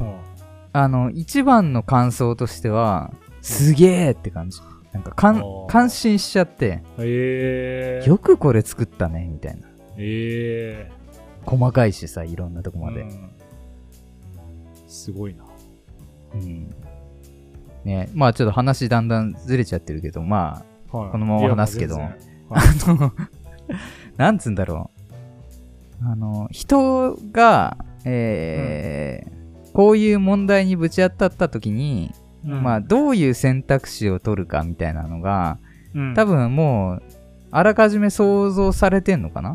Speaker 1: うん
Speaker 2: あの、一番の感想としては、すげえって感じ。なんかかん
Speaker 1: おー
Speaker 2: 感心しちゃって、
Speaker 1: ええー。
Speaker 2: よくこれ作ったね、みたいな。
Speaker 1: ええ
Speaker 2: 細かいしさ、いろんなとこ
Speaker 1: ー。
Speaker 2: まで。
Speaker 1: うんすごいな。
Speaker 2: うんね、まあちょっと話だんだんずれちゃってるけど、ま
Speaker 1: はい
Speaker 2: このまま話すけど
Speaker 1: いやもう全然
Speaker 2: あ、あの、 なんつうんだろう。あの、人が、えーこういう問題にぶち当たった時に、
Speaker 1: うん
Speaker 2: まあ、どういう選択肢を取るかみたいなのが、
Speaker 1: うん
Speaker 2: 多分もう、あらかじめ想像されてんのかな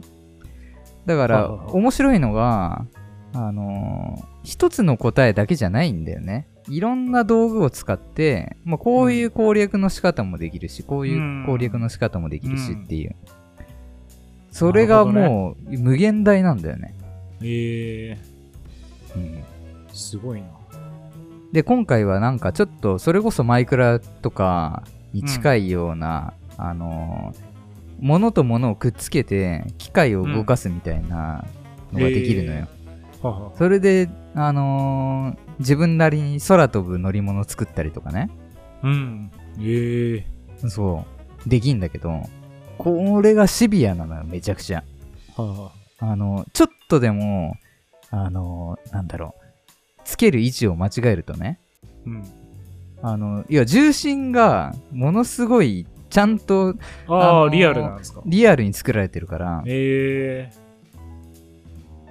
Speaker 2: だか
Speaker 1: は
Speaker 2: ら、
Speaker 1: はは
Speaker 2: 面白いのが、あのー一つの答えだけじゃないんだよね。いろんな道具を使って、まあ、こういう攻略の仕方もできるし、こういう攻略の仕方もできるしっていう。それがもう、無限大なんだよね。
Speaker 1: ええ
Speaker 2: うん
Speaker 1: すごいな。
Speaker 2: で今回はなんかちょっとそれこそマイクラとかに近いような、あのー物と物をくっつけて機械を動かすみたいなのができるのよ、
Speaker 1: はは。
Speaker 2: それで、あのー自分なりに空飛ぶ乗り物作ったりとかね
Speaker 1: うん。ええ
Speaker 2: そうできんだけどこれがシビアなのよめちゃくちゃ
Speaker 1: はは。
Speaker 2: あのちょっとでもあのーなんだろうつける位置を間違えるとね
Speaker 1: うん。
Speaker 2: あの、いや、重心がものすごい、ちゃんと
Speaker 1: あ
Speaker 2: あ
Speaker 1: あ、
Speaker 2: のー
Speaker 1: リアルなんですか。
Speaker 2: リアルに作られてるから、
Speaker 1: ええ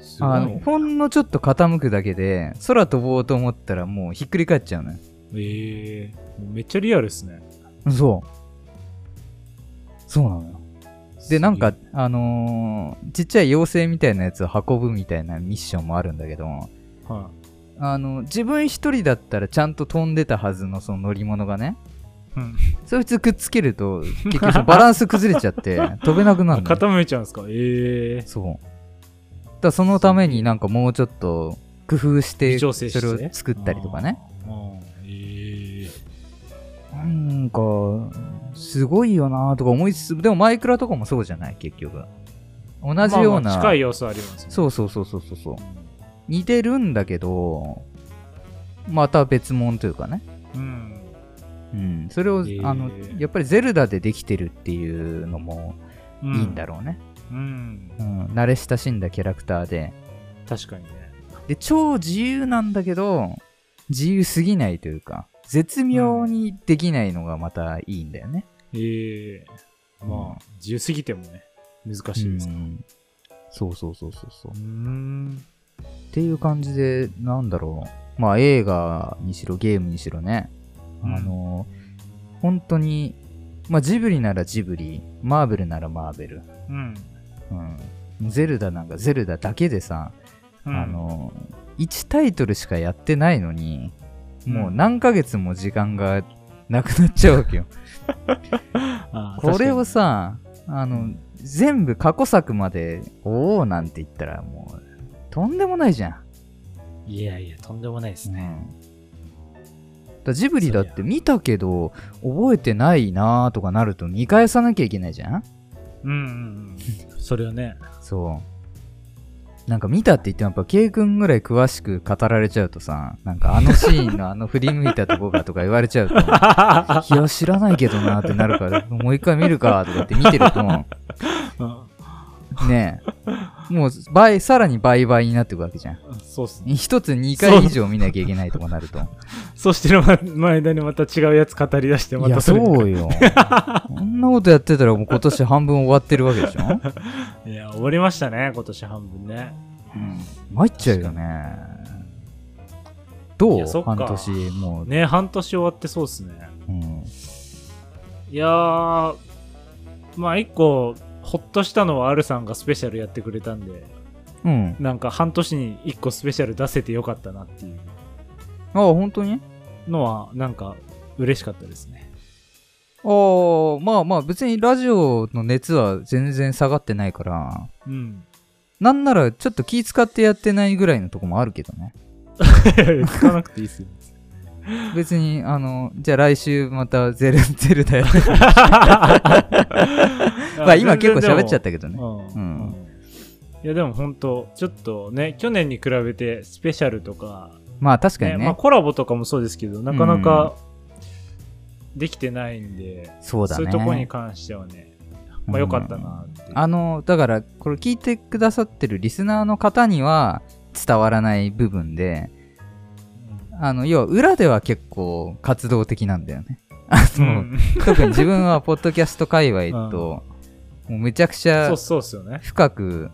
Speaker 1: すごい
Speaker 2: あのほんのちょっと傾くだけで、空飛ぼうと思ったらもうひっくり返っちゃうのよ。
Speaker 1: ええもうめっちゃリアルですね。
Speaker 2: そう。そうなのよ。で、なん
Speaker 1: す
Speaker 2: か、あのーちっちゃい妖精みたいなやつを運ぶみたいなミッションもあるんだけど、
Speaker 1: げえ、は
Speaker 2: あの、自分一人だったらちゃんと飛んでたはずのその乗り物がね、
Speaker 1: うん
Speaker 2: そいつくっつけると、結局そのバランス崩れちゃって、飛べなくないるのよ。
Speaker 1: 傾いちゃうんですか。ええ
Speaker 2: そう。だからそのためになんかもうちょっと工夫して、
Speaker 1: 微
Speaker 2: そ
Speaker 1: 調整して
Speaker 2: れを作ったりとかね。。
Speaker 1: あーあーええ
Speaker 2: なんか、すごいよなとか思いつつ、でもマイクラとかもそうじゃない、結局。同じよ
Speaker 1: まあま
Speaker 2: うな。
Speaker 1: あ近い要素ありますね。
Speaker 2: そうそうそうそうそうそう。似てるんだけど、また別物というかね。
Speaker 1: うん。
Speaker 2: うん。それを、
Speaker 1: へえ
Speaker 2: あの、やっぱりゼルダでできてるっていうのも
Speaker 1: う
Speaker 2: い
Speaker 1: ん。
Speaker 2: いんだ
Speaker 1: ろ
Speaker 2: ろうね。
Speaker 1: う。ん。
Speaker 2: うん。慣れ親しんだキャラクターで。
Speaker 1: 確かにね。
Speaker 2: で超自由なんだけど自由すぎないというか絶妙にできないのがまたいいんだよね、
Speaker 1: ええまあ、自由すぎてもね、難しいですから。
Speaker 2: んそうそうそうそうそう
Speaker 1: う
Speaker 2: っ
Speaker 1: ん。
Speaker 2: ていう感じでなんだろうまあ映画にしろゲームにしろね、
Speaker 1: うん
Speaker 2: あの本当にまあジブリならジブリマーベルならマーベル、
Speaker 1: うん。
Speaker 2: うん、ゼルダなんかゼルダだけでさ、
Speaker 1: うん
Speaker 2: あ、の1タイトルしかやってないのにもう
Speaker 1: うん
Speaker 2: 何ヶ月も時間がなくなっちゃうわけ よ。
Speaker 1: あー
Speaker 2: これを
Speaker 1: 確
Speaker 2: さ、あの、全部過去作まで、おおなんて言ったらもう、とんでもないじゃん。
Speaker 1: かにいやいや、とんでもないです
Speaker 2: うん、だ
Speaker 1: ね。
Speaker 2: からジブリだって見たけど、覚えてないなーとかなると見返さなきゃいけないじゃん
Speaker 1: うんうんうん。それは ね。
Speaker 2: そう。なんか見たって言ってもやっぱ K 君ぐらい詳しく語られちゃうとさ、なんかあのシーンのあの振り向いたとこがとか言われちゃうと、いや知らないけどなーってなるから、もう一回見るかとかって見てると、
Speaker 1: うん
Speaker 2: ねえ。もう倍、さらに倍々になっていくわけじゃん。
Speaker 1: そうっすね。
Speaker 2: 一つ2回以上見なきゃいけないとかなると。
Speaker 1: そしてる間の間にまた違うやつ語り出して、ま
Speaker 2: いや、
Speaker 1: たれ
Speaker 2: そうよ。 こんなことやってたらもう今年半分終わってるわけでしょ、
Speaker 1: いや、終わりましたね、今年半分ね。
Speaker 2: 参っちゃうよね。ど
Speaker 1: いうやそっか
Speaker 2: 半年、もう、
Speaker 1: ね、半年終わってそうっすね。
Speaker 2: うん
Speaker 1: いやー、まあ一個、ほっとしたのは R さんがスペシャルやってくれたんで、
Speaker 2: うん。
Speaker 1: なんか半年に一個スペシャル出せてよかったなっていう
Speaker 2: ああ、本当に
Speaker 1: のは、なんか嬉しかったですね。
Speaker 2: ああ、まあまあ、別にラジオの熱は全然下がってないから、
Speaker 1: うん。
Speaker 2: なんならちょっと気使ってやってないぐらいのとこもあるけどね。
Speaker 1: 聞かなくていいっす よ。
Speaker 2: 別に、あの、じゃあ来週またゼル、 ゼルだよ。まあ今結構喋っちゃったけどね。
Speaker 1: う
Speaker 2: うん
Speaker 1: んいやでも本当ちょっとね去年に比べてスペシャルとか、
Speaker 2: まあ確かに
Speaker 1: ね
Speaker 2: ね。
Speaker 1: まあ、コラボとかもそうですけどなかなかできてないんで、
Speaker 2: そうだ
Speaker 1: そう
Speaker 2: ね。
Speaker 1: いうとこに関してはね、まあ、よかったなっていう、
Speaker 2: あの、だから、これ聞いてくださってるリスナーの方には伝わらない部分で、あの、要は裏では結構活動的なんだよね。あ
Speaker 1: うん
Speaker 2: の、特に自分はポッドキャスト界隈と、もうめちゃくち
Speaker 1: そ
Speaker 2: ゃ
Speaker 1: うそうっすよね、
Speaker 2: 深く、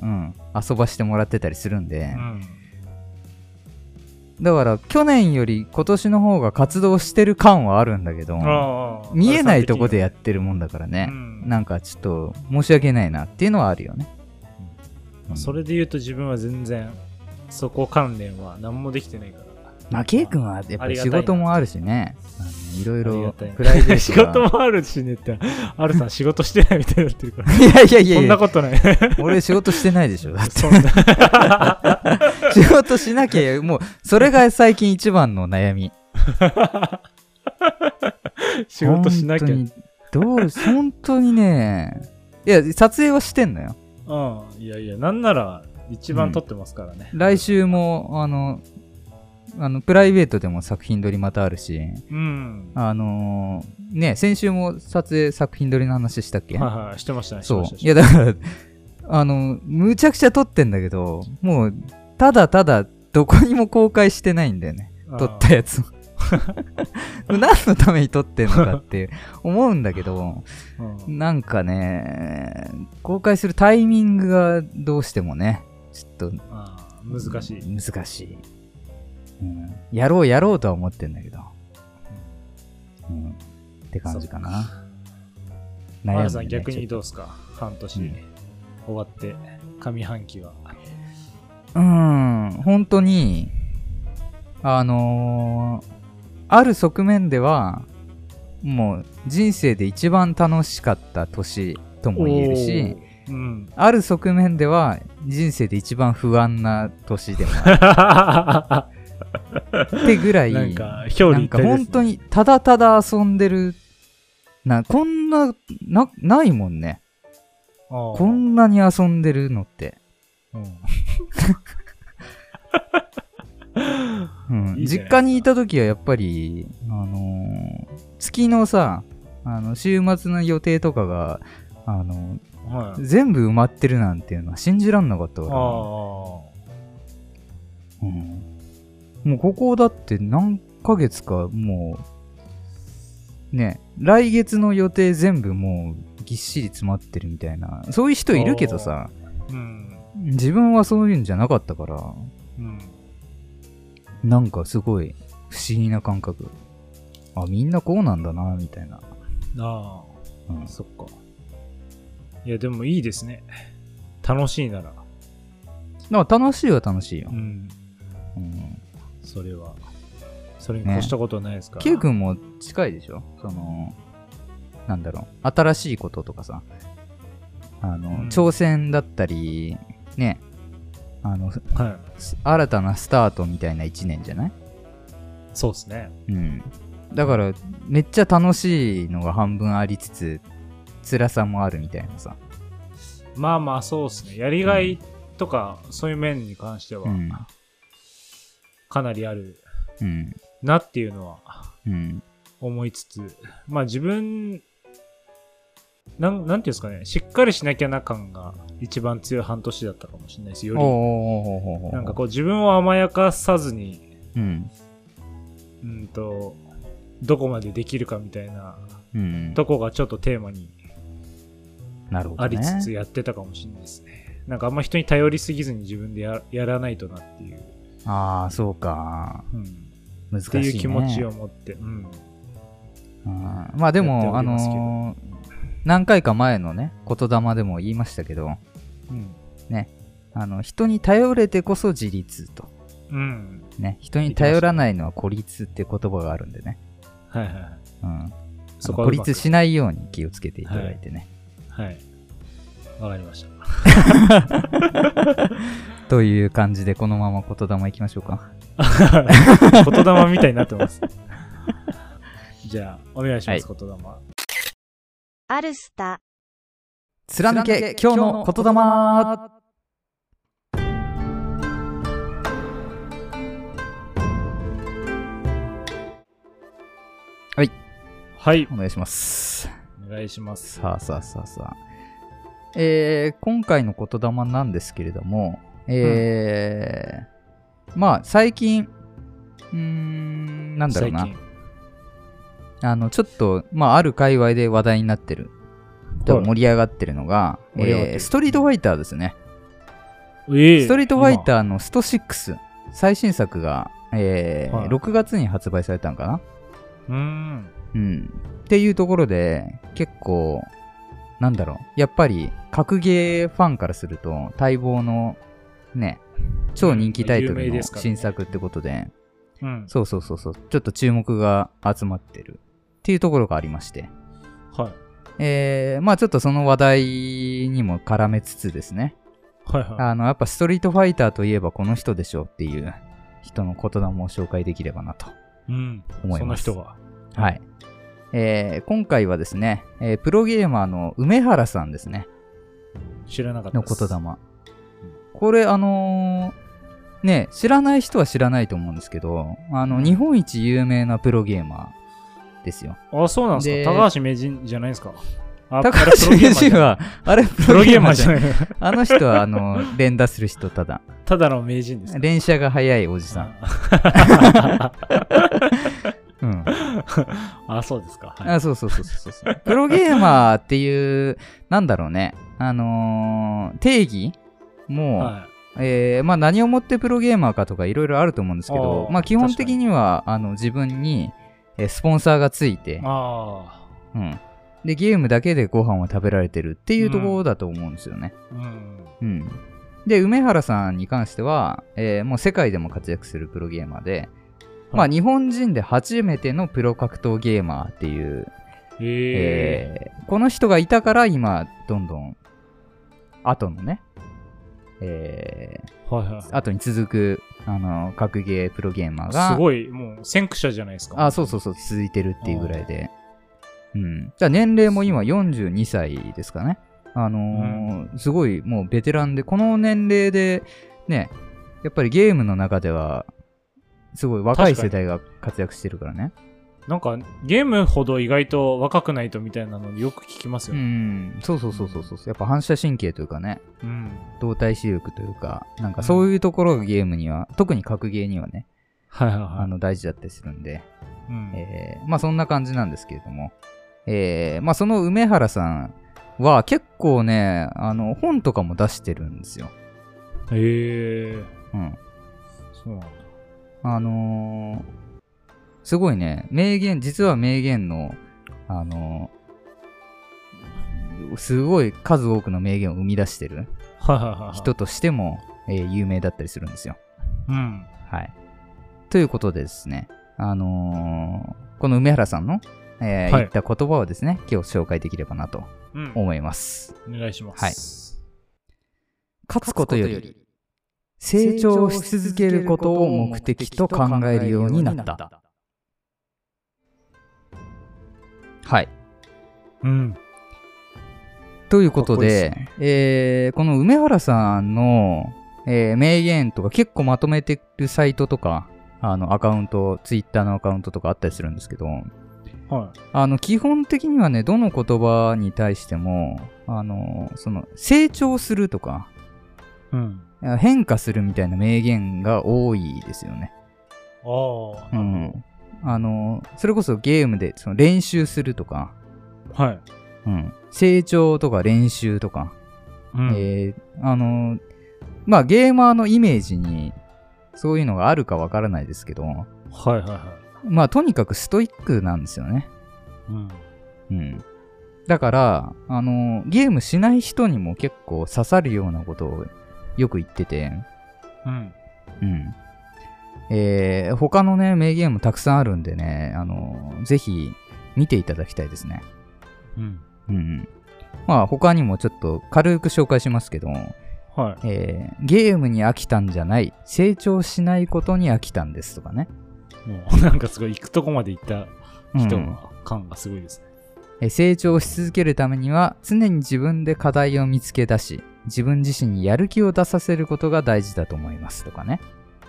Speaker 2: うん、遊ばしてもらってたりするんで、
Speaker 1: うん
Speaker 2: だから去年より今年の方が活動してる感はあるんだけど、
Speaker 1: ああ
Speaker 2: 見えないとこでやってるもんだから
Speaker 1: う
Speaker 2: ね、
Speaker 1: ん
Speaker 2: なんかちょっと申し訳ないなっていうのはあるよね。うん
Speaker 1: それで言うと自分は全然そこ関連は何もできてないから
Speaker 2: まあ、ケイ君はやっ
Speaker 1: あ
Speaker 2: ぱ
Speaker 1: りがた
Speaker 2: 仕
Speaker 1: いな
Speaker 2: 事もあるしね、あのいろい
Speaker 1: ありが
Speaker 2: ろ
Speaker 1: たいな
Speaker 2: プライベートが
Speaker 1: 仕事もあるしねってあるさん仕事してないみたいになってるから
Speaker 2: いやいやいや
Speaker 1: そん
Speaker 2: い
Speaker 1: な
Speaker 2: や、
Speaker 1: ことない
Speaker 2: 俺仕事してない でしょ。だって
Speaker 1: そんな
Speaker 2: 仕事しなきゃ、もう、それが最近一番の悩み。
Speaker 1: 仕事しなきゃ
Speaker 2: 本当に、どう、本当にね、いや、撮影はしてんのよ。
Speaker 1: うんいやいやなんなら一番撮ってますからね、
Speaker 2: 来週も、あの、あのプライベートでも作品撮りまたあるし、
Speaker 1: うんは
Speaker 2: あのーね、先週も撮影作品撮りの話したっけ
Speaker 1: いはいしてましたねして
Speaker 2: そう
Speaker 1: ました。
Speaker 2: いや、だから、あの、むちゃくちゃ撮ってんだけど、もう、ただただ、どこにも公開してないんだよね。撮ったやつを。 何のために撮ってんのかって思うんだけど、
Speaker 1: うんうん
Speaker 2: なんかね、公開するタイミングがどうしてもね、ちょっと
Speaker 1: あー難しい、
Speaker 2: 難しい。うん、やろうやろうとは思ってんだけど。うん、って感じかな。
Speaker 1: マ
Speaker 2: んだよね
Speaker 1: ラさん逆にどう
Speaker 2: ち
Speaker 1: すか半年、
Speaker 2: うん
Speaker 1: 終わって上半期は
Speaker 2: ょっとうん、本当に、あのーある側面では、もう人生で一番楽しかった年とも言えるし、
Speaker 1: おーうん
Speaker 2: ある側面では人生で一番不安な年でもあってぐらい、
Speaker 1: なんか表裏
Speaker 2: なん
Speaker 1: 一
Speaker 2: か
Speaker 1: 体です、ね、
Speaker 2: 本当にただただ遊んでるなこんななないもんね
Speaker 1: あー
Speaker 2: こんなに遊んでるのって、
Speaker 1: いいじゃな
Speaker 2: うん
Speaker 1: いですか
Speaker 2: 実家にいた時はやっぱり、あのー月のさあの週末の予定とかが、あの
Speaker 1: うんはい
Speaker 2: 全部埋まってるなんていうのは信じらんなかったか
Speaker 1: あ
Speaker 2: ら、うんもうここだって何ヶ月かもうね来月の予定全部もうぎっしり詰まってるみたいなそういう人いるけどさ
Speaker 1: あうん
Speaker 2: 自分はそういうんじゃなかったから
Speaker 1: うん
Speaker 2: なんかすごい不思議な感覚あみんなこうなんだなみたいな、
Speaker 1: あ
Speaker 2: うん
Speaker 1: あ、そっかいやでもいいですね楽しいなら
Speaker 2: だから楽しいは楽しいよ
Speaker 1: う、ん
Speaker 2: うん、
Speaker 1: それはそれに越したことはないですから、
Speaker 2: Q 君も近いでしょそのなんだろう新しいこととかさあの、
Speaker 1: うん
Speaker 2: 挑戦だったりねあの
Speaker 1: はい
Speaker 2: 新たなスタートみたいな1年じゃない
Speaker 1: そうですね
Speaker 2: うんだからめっちゃ楽しいのが半分ありつつ辛さもあるみたいなさ、
Speaker 1: まあまあそうですねやりがいとか、そういう面に関しては
Speaker 2: うん
Speaker 1: かなりある
Speaker 2: うん
Speaker 1: なっていうのは
Speaker 2: うん、
Speaker 1: 思いつつまあ自分なんなんていうんですかねしっかりしなきゃな感が一番強い半年だったかもしれないですよ
Speaker 2: お
Speaker 1: り
Speaker 2: ーおーおーおーおー
Speaker 1: なんかこう自分を甘やかさずに、
Speaker 2: うん
Speaker 1: うんと、どこまでできるかみたいな
Speaker 2: うん
Speaker 1: とこがちょっとテーマに
Speaker 2: なるほど、ね、
Speaker 1: ありつつやってたかもしれないですね。なんかあんま人に頼りすぎずに自分でややらないとなっていう、
Speaker 2: ああそうか
Speaker 1: うん
Speaker 2: 難
Speaker 1: っ
Speaker 2: しい、
Speaker 1: て
Speaker 2: ね、
Speaker 1: いう気持ちを持って、うん。
Speaker 2: あーまあで
Speaker 1: やって
Speaker 2: も、
Speaker 1: お
Speaker 2: あ
Speaker 1: りますけど
Speaker 2: のー何回か前のね、言霊でも言いましたけど、
Speaker 1: うん。
Speaker 2: あの、人に頼れてこそ自立と。
Speaker 1: うん。
Speaker 2: ね、人に頼らないのは孤立って言葉があるんでね。
Speaker 1: はいはいはい。
Speaker 2: うん。
Speaker 1: そこは
Speaker 2: 孤
Speaker 1: うまく
Speaker 2: 立しないように気をつけていただいてね。
Speaker 1: はい。わかりました。
Speaker 2: という感じで、このまま言霊いきましょうか。
Speaker 1: 言霊みたい になってます。 じゃあ、お願いします、言霊。
Speaker 3: アルスタ、
Speaker 2: 貫け、今日の言霊
Speaker 1: はい。
Speaker 2: お願いします。
Speaker 1: お願いします。
Speaker 2: さあさあさあさあ。えー今回の言霊なんですけれども、えーまあ最近、うーん、なんだろうな
Speaker 1: 最、近
Speaker 2: あの、ちょっと、まあある界隈で話題になってる、
Speaker 1: はい
Speaker 2: 盛り上がってるのが、
Speaker 1: 盛り上がってる
Speaker 2: えーストリートファイターですね。
Speaker 1: ええ
Speaker 2: ストリートファイターのスト6、最新作が、えー
Speaker 1: はい
Speaker 2: 6月に発売されたんかな
Speaker 1: うーん。
Speaker 2: うん。っていうところで、結構、なんだろう。やっぱり、格ゲーファンからすると、待望の、ね、超人気タイト
Speaker 1: うん有
Speaker 2: ル
Speaker 1: 名
Speaker 2: の
Speaker 1: ですからね
Speaker 2: 新作ってことで、
Speaker 1: うん。
Speaker 2: そうそうそうそう、ちょっと注目が集まってるっていうところがありまして、
Speaker 1: はい。
Speaker 2: えー、まあちょっとその話題にも絡めつつですね、
Speaker 1: はいは
Speaker 2: あの、やっぱストリートファイターといえばこの人でしょうっていう人の言霊を紹介できればなと
Speaker 1: い。うん。
Speaker 2: 思い
Speaker 1: その
Speaker 2: ます。
Speaker 1: 人が。
Speaker 2: はい。えー今回はですね、えープロゲーマーの梅原さんですね、
Speaker 1: 知らなかった
Speaker 2: の
Speaker 1: です。
Speaker 2: 言霊。これ、あのーね、知らない人は知らないと思うんですけど、あの、日本一有名なプロゲーマーですよ。
Speaker 1: あ、そうなんですか。
Speaker 2: で
Speaker 1: 高橋名人じゃないですか。あ
Speaker 2: 高
Speaker 1: あれプ
Speaker 2: 橋
Speaker 1: ロゲーマーじゃ
Speaker 2: 名人は、あれプ
Speaker 1: プ
Speaker 2: ロ
Speaker 1: ロ
Speaker 2: ゲ
Speaker 1: ゲ
Speaker 2: ー
Speaker 1: ー
Speaker 2: マ
Speaker 1: マ
Speaker 2: ー
Speaker 1: ー
Speaker 2: じ
Speaker 1: じ
Speaker 2: ゃ
Speaker 1: ゃ
Speaker 2: な。
Speaker 1: ないい。
Speaker 2: あの人は、あの、連打する人、ただ。
Speaker 1: ただの名人です。
Speaker 2: 連射が早いおじさん。
Speaker 1: あ
Speaker 2: うん。
Speaker 1: あ、そうですか。はい
Speaker 2: あ、そうそうそうそうそう。プロゲーマーっていう、なんだろうね、あのー定義もう、
Speaker 1: は
Speaker 2: えーまあ、何をもってプロゲーマーかとかいろいろあると思うんですけど
Speaker 1: あー
Speaker 2: まあ、基本的にはあの自分にえースポンサーがついて
Speaker 1: い。、あ
Speaker 2: うん、でゲームだけでご飯を食べられてるっていうところだと思うんですよね。
Speaker 1: あ。うん。
Speaker 2: うんで梅原さんに関しては、えーもう世界でも活躍するプロゲーマーで、まあ、
Speaker 1: はい
Speaker 2: 日本人で初めてのプロ格闘ゲーマーっていう、
Speaker 1: ええ。
Speaker 2: えーこの人がいたから今どんどん後のね、えー
Speaker 1: はいはい。
Speaker 2: 後に続く、あの、格ゲープロゲーマーが、
Speaker 1: すごい、もう先駆者じゃないですか。
Speaker 2: あ、そうそうそう、続いてるっていうぐらいで。うん。じゃあ年齢も今42歳ですかね。あのーすごいもうベテランで、この年齢で、ね、やっぱりゲームの中では、すごい若い
Speaker 1: 確か
Speaker 2: 世
Speaker 1: に
Speaker 2: 代が活躍してるからね。
Speaker 1: なんか、ゲームほど意外と若くないとみたいなのよく聞きます
Speaker 2: う
Speaker 1: よね。
Speaker 2: ん、そうそうそうそうそう。やっぱ反射神経というかね、
Speaker 1: うん。
Speaker 2: 動体視力というか、なんかそういうところがゲームには、特に格ゲーにはね、
Speaker 1: はいはい
Speaker 2: あ
Speaker 1: は
Speaker 2: の大事だったりするんで、
Speaker 1: い。うん
Speaker 2: えーまあそんな感じなんですけれども、えーまあその梅原さんは結構ね、あの本とかも出してるんですよ。
Speaker 1: ええ。
Speaker 2: うん。
Speaker 1: そうなんだ。
Speaker 2: あのーすごいね、名言、実は名言の、あのーすごい数多くの名言を生み出してる
Speaker 1: はいはいはいはい。
Speaker 2: 人としても、えー有名だったりするんですよ。
Speaker 1: うん。
Speaker 2: はい。ということでですね、あのーこの梅原さんの、
Speaker 1: は
Speaker 2: えー
Speaker 1: い
Speaker 2: 言った言葉をですね、今日紹介できればなと
Speaker 1: うん。お
Speaker 2: 思います。
Speaker 1: 願いします。
Speaker 2: 勝つことより、成長し続けることを目的と考えるようになった。はい。
Speaker 1: うん。
Speaker 2: ということで、
Speaker 1: かっこいい
Speaker 2: えーこの梅原さんの、えー名言とか結構まとめてるサイトとか、あの、アカウント、ツイッターのアカウントとかあったりするんですけど、
Speaker 1: は
Speaker 2: あの、基本的にはね、どの言葉に対しても、あの、その、成長するとか、
Speaker 1: い。うん。
Speaker 2: 変化するみたいな名言が多いですよね。
Speaker 1: ああ。なる
Speaker 2: う
Speaker 1: ほど
Speaker 2: ん、あのそれこそゲームでその練習するとか、
Speaker 1: はい。
Speaker 2: うん、成長とか練習とか、
Speaker 1: うん
Speaker 2: えーあのまあゲーマーのイメージにそういうのがあるかわからないですけど
Speaker 1: はいはいは
Speaker 2: まあとにかくストイックなんですよね、
Speaker 1: い。うん。
Speaker 2: うん、だからあのゲームしない人にも結構刺さるようなことをよく言ってて、
Speaker 1: うん。
Speaker 2: うん。えー他のね、名言もたくさんあるんでね、あの、ぜひ見ていただきたいですね。
Speaker 1: うん。
Speaker 2: うんうん。まあ、他にもちょっと軽く紹介しますけど、
Speaker 1: はい。
Speaker 2: えーゲームに飽きたんじゃない、成長しないことに飽きたんですとかね。
Speaker 1: もうなんかすごい行くとこまで行った人
Speaker 2: うん
Speaker 1: の感がすごいですね。
Speaker 2: えー成長し続けるためには、常に自分で課題を見つけ出し、自分自身にやる気を出させることが大事だと思いますとかね。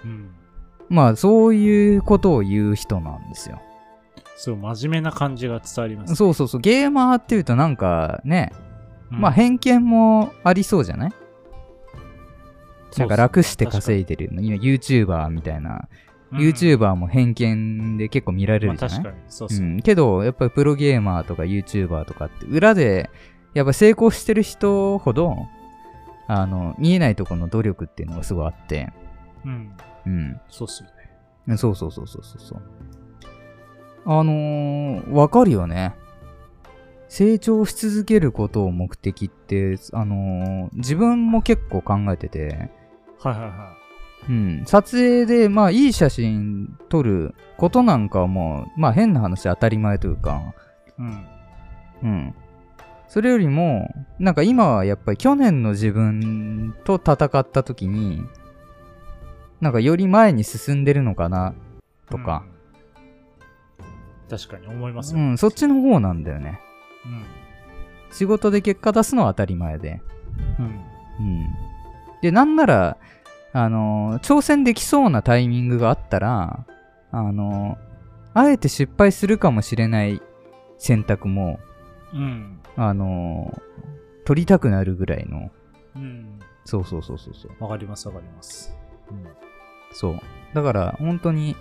Speaker 1: うん。
Speaker 2: まあ、そういうことを言う人なんですよ。
Speaker 1: そう、真面目な感じが伝わります。
Speaker 2: そうそうそう、ゲーマーっていうとなんかね、
Speaker 1: うん
Speaker 2: まあ偏見もありそうじゃないなんか楽して稼
Speaker 1: い
Speaker 2: いでる、今 YouTuber みたいな、
Speaker 1: で
Speaker 2: YouTuber も偏見で結構見られ
Speaker 1: まあ
Speaker 2: るじゃない、
Speaker 1: 確かに。そうそうう。
Speaker 2: ん、けど、やっぱりプロゲーマーとか YouTuber とかって裏で、やっぱ成功してる人ほど、あの、見えないところの努力っていうのがすごいあって、
Speaker 1: うん。
Speaker 2: うん。
Speaker 1: そうっすよね。
Speaker 2: そうそうそうそうそうそう。あのー、わかるよね。成長し続けることを目的って、あのー自分も結構考えてて、
Speaker 1: はいはいは
Speaker 2: うん、撮影で、まあ、いい写真撮ることなんかはもう、まあ、変な話当たり前というか、
Speaker 1: い。うん。
Speaker 2: うん。それよりも、なんか今はやっぱり去年の自分と戦った時に、なんかより前に進んでるのかな、とか、
Speaker 1: うん。確かに思います
Speaker 2: う
Speaker 1: よ。
Speaker 2: ん、そっちの方なんだよね。
Speaker 1: うん。
Speaker 2: 仕事で結果出すのは当たり前で。
Speaker 1: うん。
Speaker 2: うん。で、なんなら、あのー挑戦できそうなタイミングがあったら、あのーあえて失敗するかもしれない選択も、
Speaker 1: うん。
Speaker 2: あのー取りたくなるぐらいの、
Speaker 1: うん。
Speaker 2: そうそうそうそうそう。
Speaker 1: わかりますわかります。うん。
Speaker 2: そう。だから、本当に、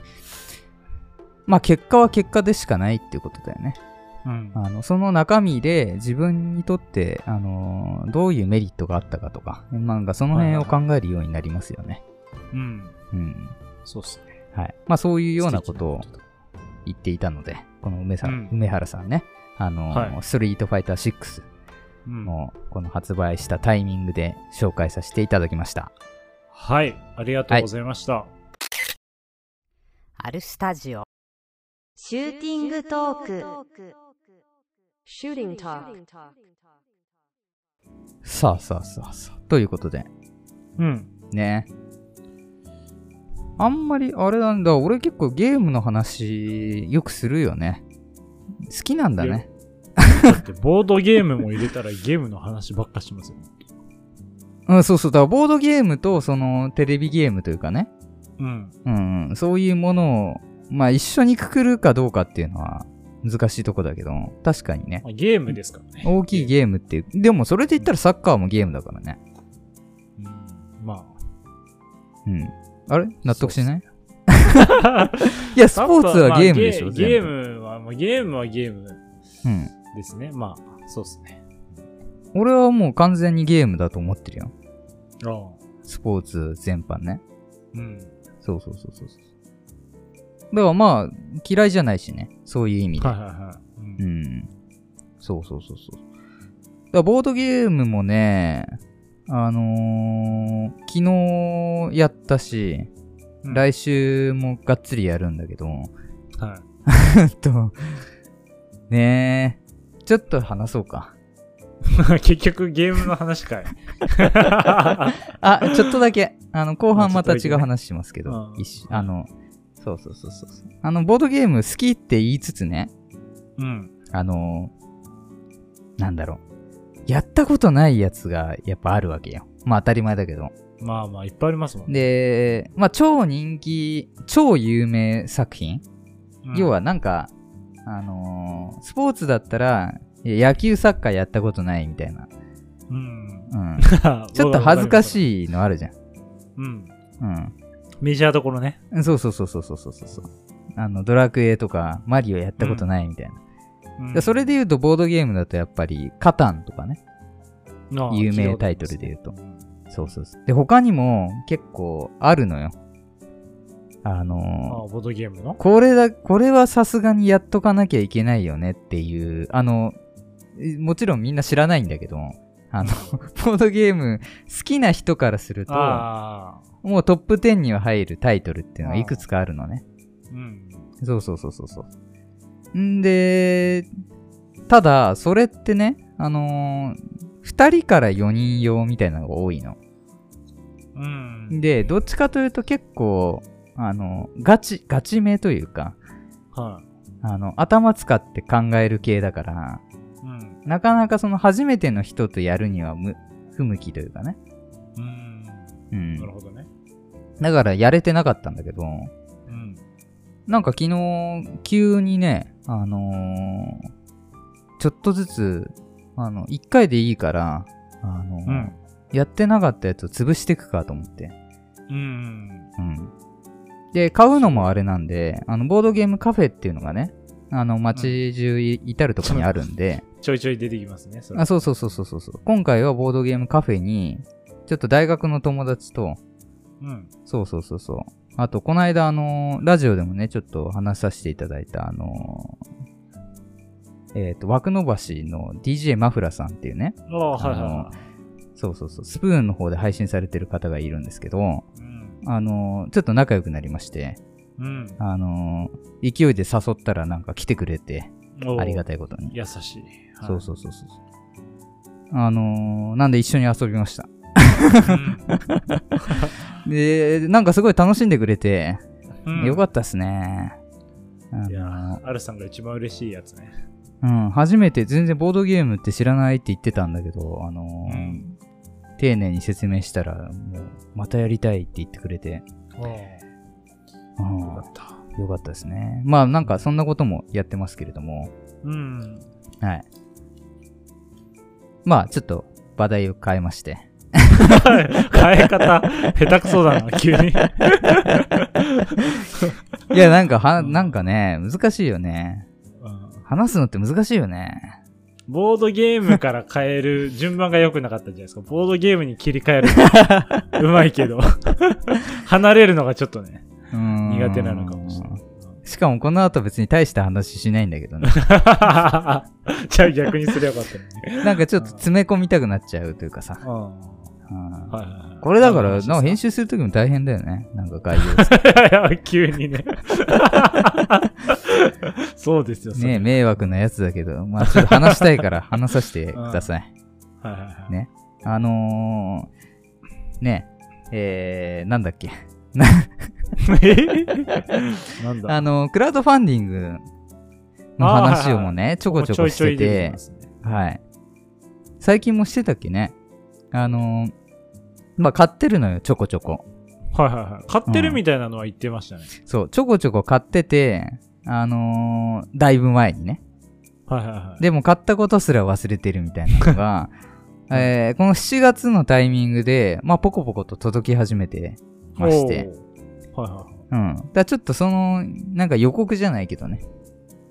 Speaker 2: まあ、結果は結果でしかないっていうことだよね。
Speaker 1: うん。
Speaker 2: あのその中身で自分にとって、あのーどういうメリットがあったかとか、なんかその辺を考えるようになりますよね。
Speaker 1: うん。
Speaker 2: うん。
Speaker 1: そうっすね。
Speaker 2: はい。まあそういうような
Speaker 1: 素
Speaker 2: こ
Speaker 1: 敵
Speaker 2: とを言っていたので、この梅さん、
Speaker 1: うん
Speaker 2: 梅原さんね、あのー
Speaker 1: は
Speaker 2: ストリートファイター6
Speaker 1: うん。
Speaker 2: のこの発売したタイミングで紹介させていただきました。
Speaker 1: はい。ありがとうございました。
Speaker 4: アルスタジオ
Speaker 3: シューティングトーク。
Speaker 5: Shooting talk.
Speaker 2: さあさあさあさあ。ということで、
Speaker 1: うん。
Speaker 2: ね。あんまりあれなんだ、俺結構ゲームの話よくするよね。好きなんだね。
Speaker 1: だって、ボードゲームも入れたらゲームの話ばっかしますよ。
Speaker 2: うん、そうそう。だからボードゲームとそのテレビゲームというかね。
Speaker 1: うん。
Speaker 2: うん、うんそういうものを、まあ一緒にくくるかどうかっていうのは難しいとこだけど、確かにね。
Speaker 1: まあ、ゲームですからね。
Speaker 2: 大きいゲームって、でもそれで言ったらサッカーもゲームだからね。
Speaker 1: うんま
Speaker 2: うん。あれ納得しない、
Speaker 1: あ。
Speaker 2: いや、スポーツはゲームでしょ、
Speaker 1: まあゲー
Speaker 2: 全
Speaker 1: ゲ
Speaker 2: 部
Speaker 1: ームは、まあ、ゲームはゲーム
Speaker 2: うん。
Speaker 1: ですね。まあ、そうっすね。
Speaker 2: 俺はもう完全にゲームだと思ってるよ。
Speaker 1: ああ。
Speaker 2: スポーツ全般ね。
Speaker 1: うん。
Speaker 2: そうそうそうそうそう。だからまあ、嫌いじゃないしね。そういう意味で。
Speaker 1: はいはいはい。うん
Speaker 2: うん。そうそうそうそう。だからボードゲームもね、あのー昨日やったし、
Speaker 1: うん
Speaker 2: 来週もがっつりやるんだけど、
Speaker 1: はい。
Speaker 2: えっと、ねえ、ちょっと話そうか。
Speaker 1: 結局ゲームの話かい。
Speaker 2: あ、ちょっとだけ、あの、後半また
Speaker 1: ち
Speaker 2: 違
Speaker 1: ょっとだけ
Speaker 2: う
Speaker 1: ね
Speaker 2: 話しますけど
Speaker 1: う、ん
Speaker 2: 一緒あの、そうそうそうそうそう。あの、ボードゲーム好きって言いつつね、
Speaker 1: うん。
Speaker 2: あのーなんだろう。やったことないやつがやっぱあるわけよ。まあ当たり前だけど。
Speaker 1: まあまあ、いっぱいありますもんね。
Speaker 2: で、まあ超人気、超有名作品。
Speaker 1: うん
Speaker 2: 要は、なんか、あのースポーツだったら、いや野球サッカーやったことないみたいな。
Speaker 1: うん。
Speaker 2: うん。ち
Speaker 1: ち
Speaker 2: ょっと恥ずか
Speaker 1: い。
Speaker 2: しいのあるじゃん。
Speaker 1: うん。
Speaker 2: うん。
Speaker 1: メジャーどころね。
Speaker 2: そうそうそうそうそうそうそう。あの、ドラクエとか、マリオやったことないみたいな。
Speaker 1: うん
Speaker 2: でそれで言うと、ボードゲームだとやっぱり、カタンとかね。
Speaker 1: ああ
Speaker 2: 有名タイトルで言うと
Speaker 1: 聞いたことありますね
Speaker 2: そうそうそう。で、他にも結構あるのよ。あ
Speaker 1: うんあ
Speaker 2: の
Speaker 1: あ、ボードゲームの
Speaker 2: ーこれだ、これはさすがにやっとかなきゃいけないよねっていう、あの、えもちろんみんな知らないんだけど、あの、 ボードゲーム好きな人からすると、
Speaker 1: ああ。
Speaker 2: もうトップ10には入るタイトルっていうのがいくつかあるのね。
Speaker 1: うん。
Speaker 2: そうそうそうそうそう。んで、ただ、それってね、あのー、2人から4人用みたいなのが多いの。
Speaker 1: うん。
Speaker 2: で、どっちかというと結構、あの、ガチ、ガチめというか、
Speaker 1: はい。
Speaker 2: あの、頭使って考える系だから、
Speaker 1: うん。
Speaker 2: なかなかその初めての人とやるにはむ不向きというかね。
Speaker 1: うん。
Speaker 2: うん
Speaker 1: な。るほどね。
Speaker 2: だからやれてなかったんだけど、
Speaker 1: うん。
Speaker 2: なんか昨日、急にね、あのーちょっとずつ、あの、1回でいいから、あのー
Speaker 1: うん。
Speaker 2: やってなかったやつを潰していくかと思って。
Speaker 1: うん。
Speaker 2: うん。で、買うのもあれなんで、あの、ボードゲームカフェっていうのがね、あの、街中い至るとこにあるんで、
Speaker 1: ちょいちょい出てきますね。それ
Speaker 2: あ、そうそうそうそうそうそう。今回はボードゲームカフェに、ちょっと大学の友達と、
Speaker 1: うん。
Speaker 2: そうそうそうそう、あと、この間、あのーラジオでもね、ちょっと話させていただいた、あのーえっ、と、枠伸ばしの DJ マフラさんっていうね、
Speaker 1: ああ、はいはいは
Speaker 2: そうそうそう、スプーンの方で配信されてる方がいるんですけど、
Speaker 1: い。うん。
Speaker 2: あのーちょっと仲良くなりまして、
Speaker 1: うん。
Speaker 2: あのー勢いで誘ったらなんか来てくれて、
Speaker 1: おう
Speaker 2: ありがたいことに。
Speaker 1: 優しい。はい
Speaker 2: そうそうそうそう。あのーなんで一緒に遊びました。で、なんかすごい楽しんでくれて、
Speaker 1: うん。
Speaker 2: よか
Speaker 1: っ
Speaker 2: ったっすね。あの
Speaker 1: いやー、アルさんが一番嬉しいやつね。
Speaker 2: うん、初めて全然ボードゲームって知らないって言ってたんだけど、あのー
Speaker 1: うん
Speaker 2: 丁寧に説明したら、もう、またやりたいって言ってくれて、
Speaker 1: おう
Speaker 2: うん、
Speaker 1: よか
Speaker 2: よ
Speaker 1: った。
Speaker 2: かったですね。まあなんかそんなこともやってますけれども、
Speaker 1: うん。
Speaker 2: はい。まあちょっと話題を変えまして、
Speaker 1: 変え方、下手くそだな、急 に。
Speaker 2: いや、なんか、は、
Speaker 1: うん
Speaker 2: なんかね、難しいよね。
Speaker 1: うん
Speaker 2: 話すのって難しいよね。
Speaker 1: ボードゲームから変える順番が良くなかったんじゃないで すか。ボードゲームに切り替えるのうまいけど。 離れるのがちょっとね。
Speaker 2: 苦
Speaker 1: 苦手なのかもしれ ない。
Speaker 2: しかも、この後別に大した話しないんだけ どね。
Speaker 1: じゃあ逆にすればよかったのに。
Speaker 2: なんかちょっと詰め込みたくなっちゃうというかさ。
Speaker 1: うん
Speaker 2: うん
Speaker 1: はいはいはい
Speaker 2: これだから、なんか編
Speaker 1: 集。
Speaker 2: 集するときも大変だよね。なんか概要つ け
Speaker 1: 急にね。 そうですよ、そ
Speaker 2: て。ね
Speaker 1: れ
Speaker 2: 迷惑なやつだけど、まあちょっと話したいから話させてくだ さい。
Speaker 1: はいはいはい
Speaker 2: ねあのー、ねえー、なんだっけ。
Speaker 1: なんだ
Speaker 2: あのー、クラウドファンディングの話をもね、ちょこちょこしてて、はい。最近もしてたっけね。あのーまあ、買ってるのよ、ちょこちょこ。
Speaker 1: はいはいはい。買ってるみたいなのは言ってましたね。
Speaker 2: そう、ちょこちょこ買ってて、あのーだいぶ前にね。
Speaker 1: はいはいはい。
Speaker 2: でも買ったことすら忘れてるみたいなの が、えーこの7月のタイミングで、まあ、ポコポコと届き始めてまして。
Speaker 1: おー。はいはいはい。
Speaker 2: うん。だからちょっとその、なんか予告じゃないけどね。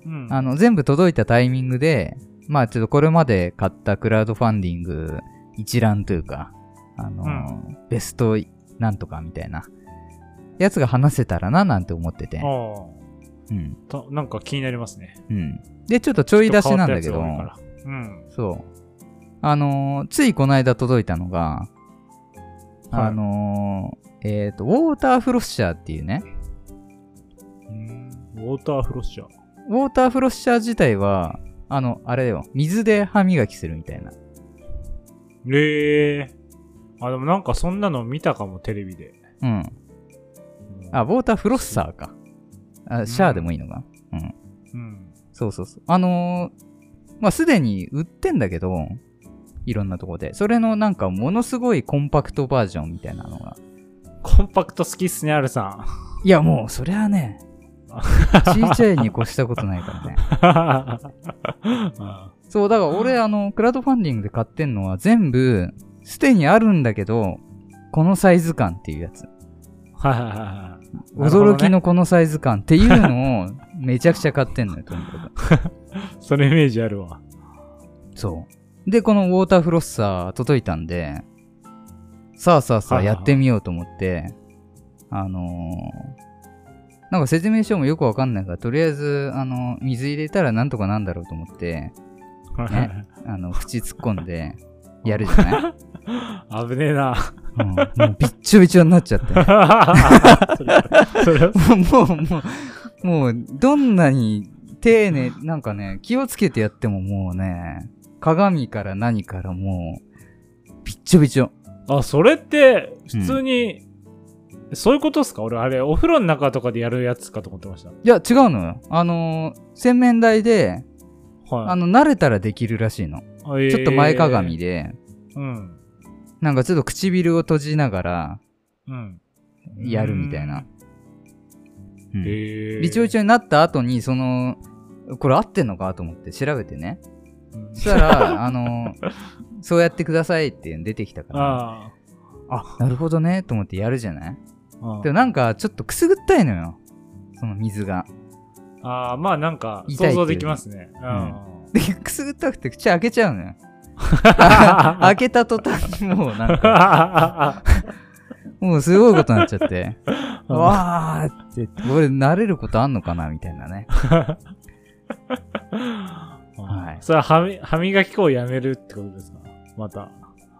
Speaker 1: うん
Speaker 2: あの、全部届いたタイミングで、まあちょっとこれまで買ったクラウドファンディング一覧というか、あのー
Speaker 1: う
Speaker 2: ベストなんとかみたいな、やつが話せたらななんて思ってて。
Speaker 1: あ
Speaker 2: うん。
Speaker 1: あ、たなんか気になりますね。
Speaker 2: うん。で、ちょっとちょい出しなんだけ
Speaker 1: ちょっと
Speaker 2: ど、
Speaker 1: 変わったやつが多いからうん。
Speaker 2: そう。あのーついこの間届いたのが、
Speaker 1: はい
Speaker 2: あのーえっ、と、ウォーターフロッシャーっていうね、
Speaker 1: うんウォーターフロッシャー。
Speaker 2: ウォーターフロッシャー自体は、あの、あれだよ、水で歯磨きするみたいな。
Speaker 1: ええあ、でもなんかそんなの見たかも、テレビで。
Speaker 2: うん。あ、ウォーターフロッサーか。あシャーでもいいのか、
Speaker 1: うん。
Speaker 2: そうそうそう。あのーまあ、すでに売ってんだけど、いろんなとこで。それのなんかものすごいコンパクトバージョンみたいなのが。
Speaker 1: コンパクト好きっすね、アル さ
Speaker 2: いや、もう、そりゃあね、ちいちゃいに越したことないからね。
Speaker 1: ん。 あ
Speaker 2: そう、だから俺、あの、クラウドファンディングで買ってんのは全部、すでにあるんだけど、このサイズ感っていうやつ。
Speaker 1: はいはいはいはい。
Speaker 2: 驚き
Speaker 1: なる
Speaker 2: のこのサイズ感っていうのを、めちゃくちゃ買ってんのよ、とにか
Speaker 1: ほ
Speaker 2: く。
Speaker 1: どね。そのイメージあるわ。
Speaker 2: そう。で、このウォーターフロッサー届いたんで、さあさあさあ
Speaker 1: はいはい
Speaker 2: や
Speaker 1: はい
Speaker 2: ってみようと思って、あのーなんか説明書もよくわかんないから、とりあえず、あの水入れたらなんとかなんだろうと思って、
Speaker 1: はいはいはい
Speaker 2: あの、口突っ込んで、やるじゃな い、
Speaker 1: 危ねえな。
Speaker 2: うん、もうびっちょびちょになっちゃって。
Speaker 1: それそれ
Speaker 2: もう、もう、もう、どんなに丁寧、なんかね、気をつけてやってももうね、鏡から何からもう、びっちょびちょ。
Speaker 1: あ、それって、普通に、そういうことっすか俺、あれ、お風呂の中とかでやるやつかと思ってました。
Speaker 2: いや、違うのよ。あのー洗面台で、
Speaker 1: はい。
Speaker 2: あの、慣れたらできるらしいの。
Speaker 1: えー
Speaker 2: ちょっと前かがみ。で、
Speaker 1: うん。
Speaker 2: なんかちょっと唇を閉じながら
Speaker 1: うん。
Speaker 2: やるみたいな。うん
Speaker 1: えー。
Speaker 2: びちょびちょになった後に、その、これ合ってんのかと思って調べてね。
Speaker 1: うん
Speaker 2: そした ら、あのーそうやってくださいって出てきたから、
Speaker 1: あ
Speaker 2: あ、なるほどね、と思ってやるじゃない
Speaker 1: あ。
Speaker 2: でもなんかちょっとくすぐったいのよ。その水が。
Speaker 1: ああ、まあなんか、
Speaker 2: 痛い
Speaker 1: 想
Speaker 2: って
Speaker 1: 像で
Speaker 2: いうね
Speaker 1: きますね。うん。
Speaker 2: で、くすぐったくて口開けちゃうの よ。開けた途端にもうなんか、もうすごいことになっちゃって、
Speaker 1: うん
Speaker 2: わーって、俺、慣れることあんのかなみたいなね。はい
Speaker 1: それは歯み歯磨き粉をやめるってことですかまた。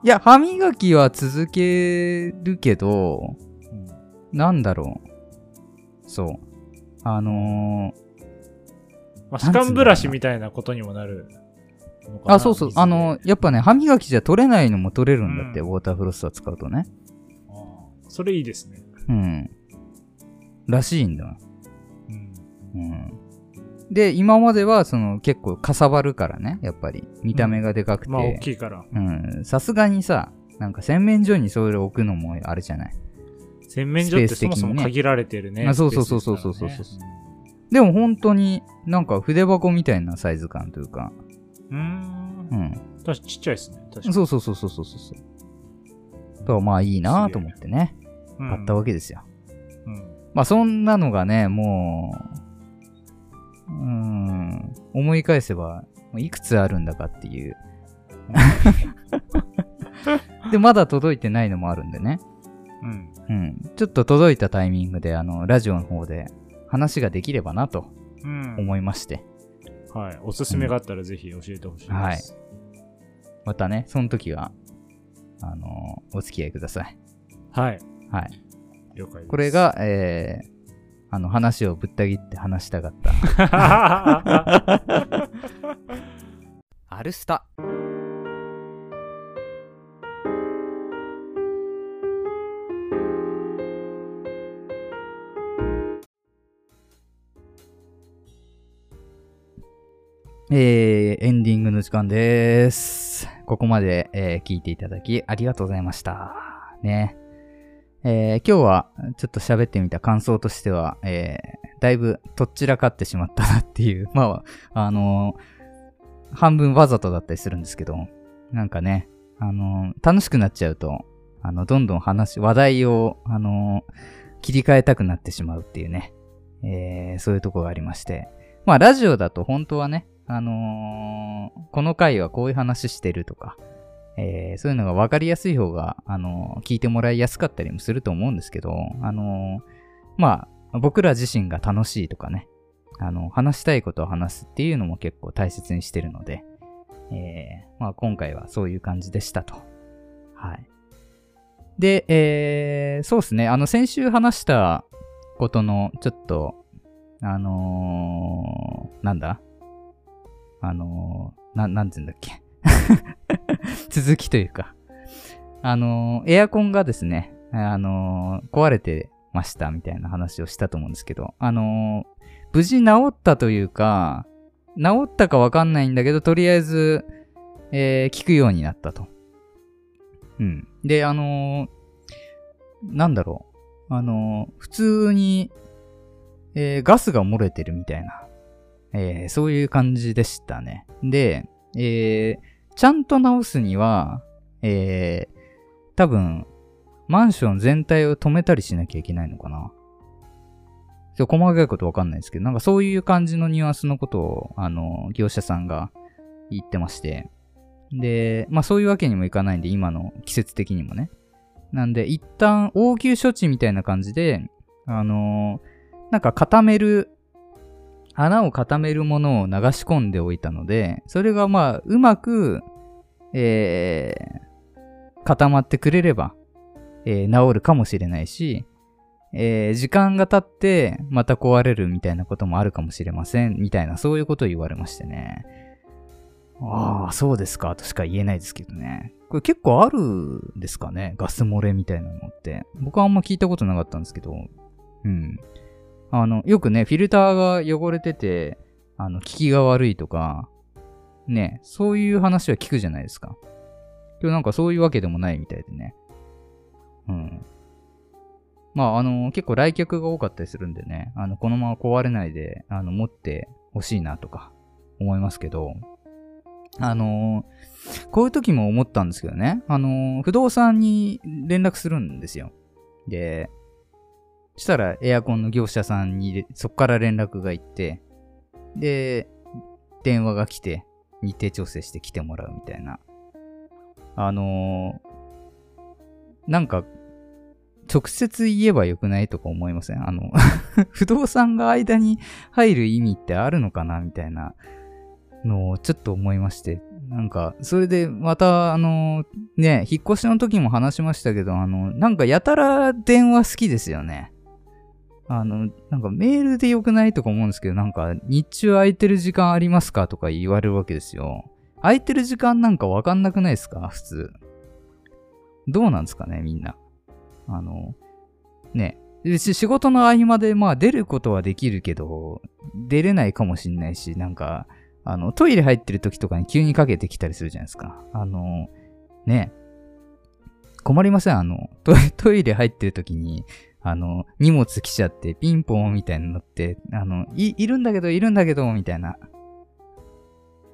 Speaker 2: いや、歯磨きは続けるけど、
Speaker 1: うん
Speaker 2: なんだろう。そう。あのー、
Speaker 1: まあ、
Speaker 2: なんつう
Speaker 1: 歯
Speaker 2: んだろうな
Speaker 1: 間ブラシみたいなことにもなるのかな
Speaker 2: あ、そうそう。
Speaker 1: 水で
Speaker 2: あの、やっぱね、歯磨きじゃ取れないのも取れるんだって、
Speaker 1: うん
Speaker 2: ウォーターフロスター使うとね。
Speaker 1: あーそれいいですね。
Speaker 2: うん。らしいんだ。
Speaker 1: うん。
Speaker 2: うん。で、今までは、その、結構かさばるからね、やっぱり。見た目がでかく
Speaker 1: まあ、大
Speaker 2: て。
Speaker 1: きいから。
Speaker 2: うん。さすがにさ、なんか洗面所にそれを置くのもあれじゃない。
Speaker 1: 洗面所って
Speaker 2: ス
Speaker 1: そ
Speaker 2: ペース的に
Speaker 1: も
Speaker 2: ね
Speaker 1: そも限られてるね。
Speaker 2: あそうそう
Speaker 1: スペースですからね
Speaker 2: そうそうそうそでも本当になんか筆箱みたいなサイズ感というか。
Speaker 1: うん。うーん
Speaker 2: う。ん。
Speaker 1: 確かにちっちゃいですね。確かに。
Speaker 2: そうそうそうそうそうそうそう。だからまあいいなと思ってね、
Speaker 1: うん
Speaker 2: 買ったわけですよ。
Speaker 1: うん
Speaker 2: まあそんなのがね、もう、うーん、思い返せば、もういくつあるんだかっていう。で、まだ届いてないのもあるんでね。
Speaker 1: うん。
Speaker 2: うん。ちょっと届いたタイミングで、あの、ラジオの方で話ができればなと
Speaker 1: うん。
Speaker 2: 思いまして。
Speaker 1: はい。おすすめがあったらぜひ教えてほしいです。
Speaker 2: はいまたね、その時は、あの、お付き合いください。
Speaker 1: はい。
Speaker 2: はい。
Speaker 1: 了解です。
Speaker 2: こ れ、が、えー、あの、話をぶった切って話したかった。アルスタ。えー、エンディングの時間です。ここまで、えー聞いていただきありがとうございました。ね。えー今日はちょっと喋ってみた感想としては、えーだいぶとっちらかってしまったなっていう、 まあ、あのー半分わざとだったりするんですけど、なんかね、あのー楽しくなっちゃうと、あの、どんどん話、話題を、あのー切り替えたくなってしまうっていうね、えーそういうとこがありまして、まあ、ラジオだと本当はね、あのーこの回はこういう話してるとか、えーそういうのが分かりやすい方が、あのー聞いてもらいやすかったりもすると思うんですけど、あのーまあ、僕ら自身が楽しいとかね、あの、話したいことを話すっていうのも結構大切にしてるので、えーまあ今回はそういう感じでしたと。はい。で、えーそうですね、あの、先週話したことの、ちょっと、あのーなんだあのーな、なんて言うんだっけ 続きというか、あのーエアコンがですね、あのー壊れてましたみたいな話をしたと思うんですけど、あのー無事治ったというか、治ったかわかんないんだけど、とりあえず、えー聞くようになったと。うん。で、あのーなんだろう。あのー普通に、えーガスが漏れてるみたいな、えーそういう感じでしたね。で、えーちゃんと直すには、えー多分、マンション全体を止めたりしなきゃいけないのかな。ちょ細かいことわかんないですけど、なんかそういう感じのニュアンスのことを、あの、業者さんが言ってまして。で、まあそういうわけにもいかないんで、今の季節的にもね。なんで、一旦応急処置みたいな感じで、あのなんか固める、穴を固めるものを流し込んでおいたので、それがまあ、うまく、えー固まってくれれば、えー治るかもしれないし、えー時間が経ってまた壊れるみたいなこともあるかもしれませんみたいなそういうことを言われましてねああそうですかとしか言えないですけどねこれ結構あるんですかねガス漏れみたいなのって僕はあんま聞いたことなかったんですけどうんあのよくねフィルターが汚れててあの効きが悪いとかねそういう話は聞くじゃないですか今日なんかそういうわけでもないみたいでねうんまあ、あの、結構来客が多かったりするんでね、あの、このまま壊れないで、あの、持ってほしいなとか、思いますけど、あの、こういう時も思ったんですけどね、あの、不動産に連絡するんですよ。で、そしたらエアコンの業者さんにれ、そっから連絡が行って、で、電話が来て、日程調整して来てもらうみたいな。あの、なんか直接言えばよくないとか思いませんあの、 不動産が間に入る意味ってあるのかなみたいなのをちょっと思いまして。なんか、それでまた、あの、ね、引っ越しの時も話しましたけど、あの、なんかやたら電話好きですよね。あの、なんかメールでよくないとか思うんですけど、なんか日中空いてる時間ありますかとか言われるわけですよ。空いてる時間なんかわかんなくないですか普通。どうなんですかねみんな。あの、ね。でし仕事の合間で、まあ出ることはできるけど、出れないかもしんないし、なんか、あの、トイレ入ってる時とかに急にかけてきたりするじゃないですか。あの、ね。困りませんあの、ト イトイレ入ってる時に、あの、荷物来ちゃって、ピンポンみたいになって、あの、い、いるんだけど、いるんだけど、みたいな。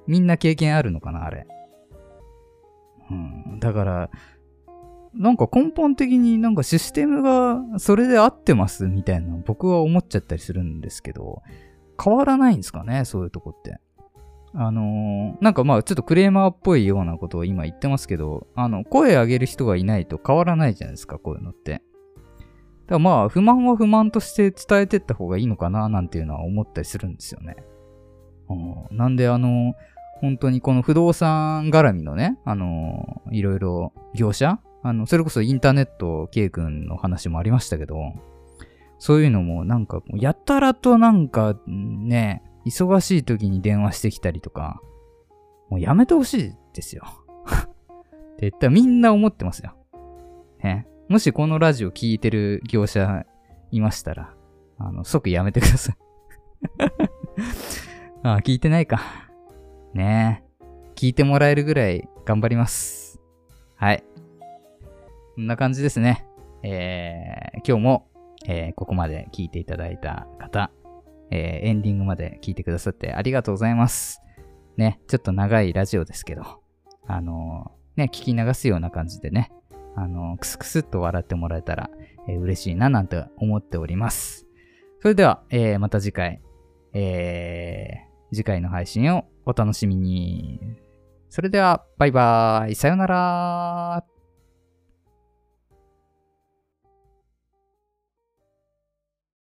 Speaker 2: みんな経験あるのかな、あれ。うん。だから、なんか根本的になんかシステムがそれで合ってますみたいな僕は思っちゃったりするんですけど、変わらないんですかね、そういうとこって。あのーなんかまあちょっとクレーマーっぽいようなことを今言ってますけど、あの、声上げる人がいないと変わらないじゃないですか、こういうのって。だからまあ不満は不満として伝えてった方がいいのかななんていうのは思ったりするんですよね。うんなんであの、本当にこの不動産絡みのね、あの、いろいろ業者あの、それこそインターネット K 君の話もありましたけど、そういうのもなんか、やたらとなんかね、忙しい時に電話してきたりとか、もうやめてほしいですよ。 って言ったらみんな思ってますよ。ね。もしこのラジオ聞いてる業者いましたら、あの、即やめてください。 あ聞いてないか。ねえ。聞いてもらえるぐらい頑張ります。はい。こんな感じですね。えー、今日も、えーここまで聞いていただいた方、えーエンディングまで聞いてくださってありがとうございます。ね、ちょっと長いラジオですけど、あのーね、聞き流すような感じでね、あのークスクスっと笑ってもらえたら、えー嬉しいななんて思っております。それでは、えーまた次回、えー次回の配信をお楽しみに。それでは、バイバーイ。さよなら。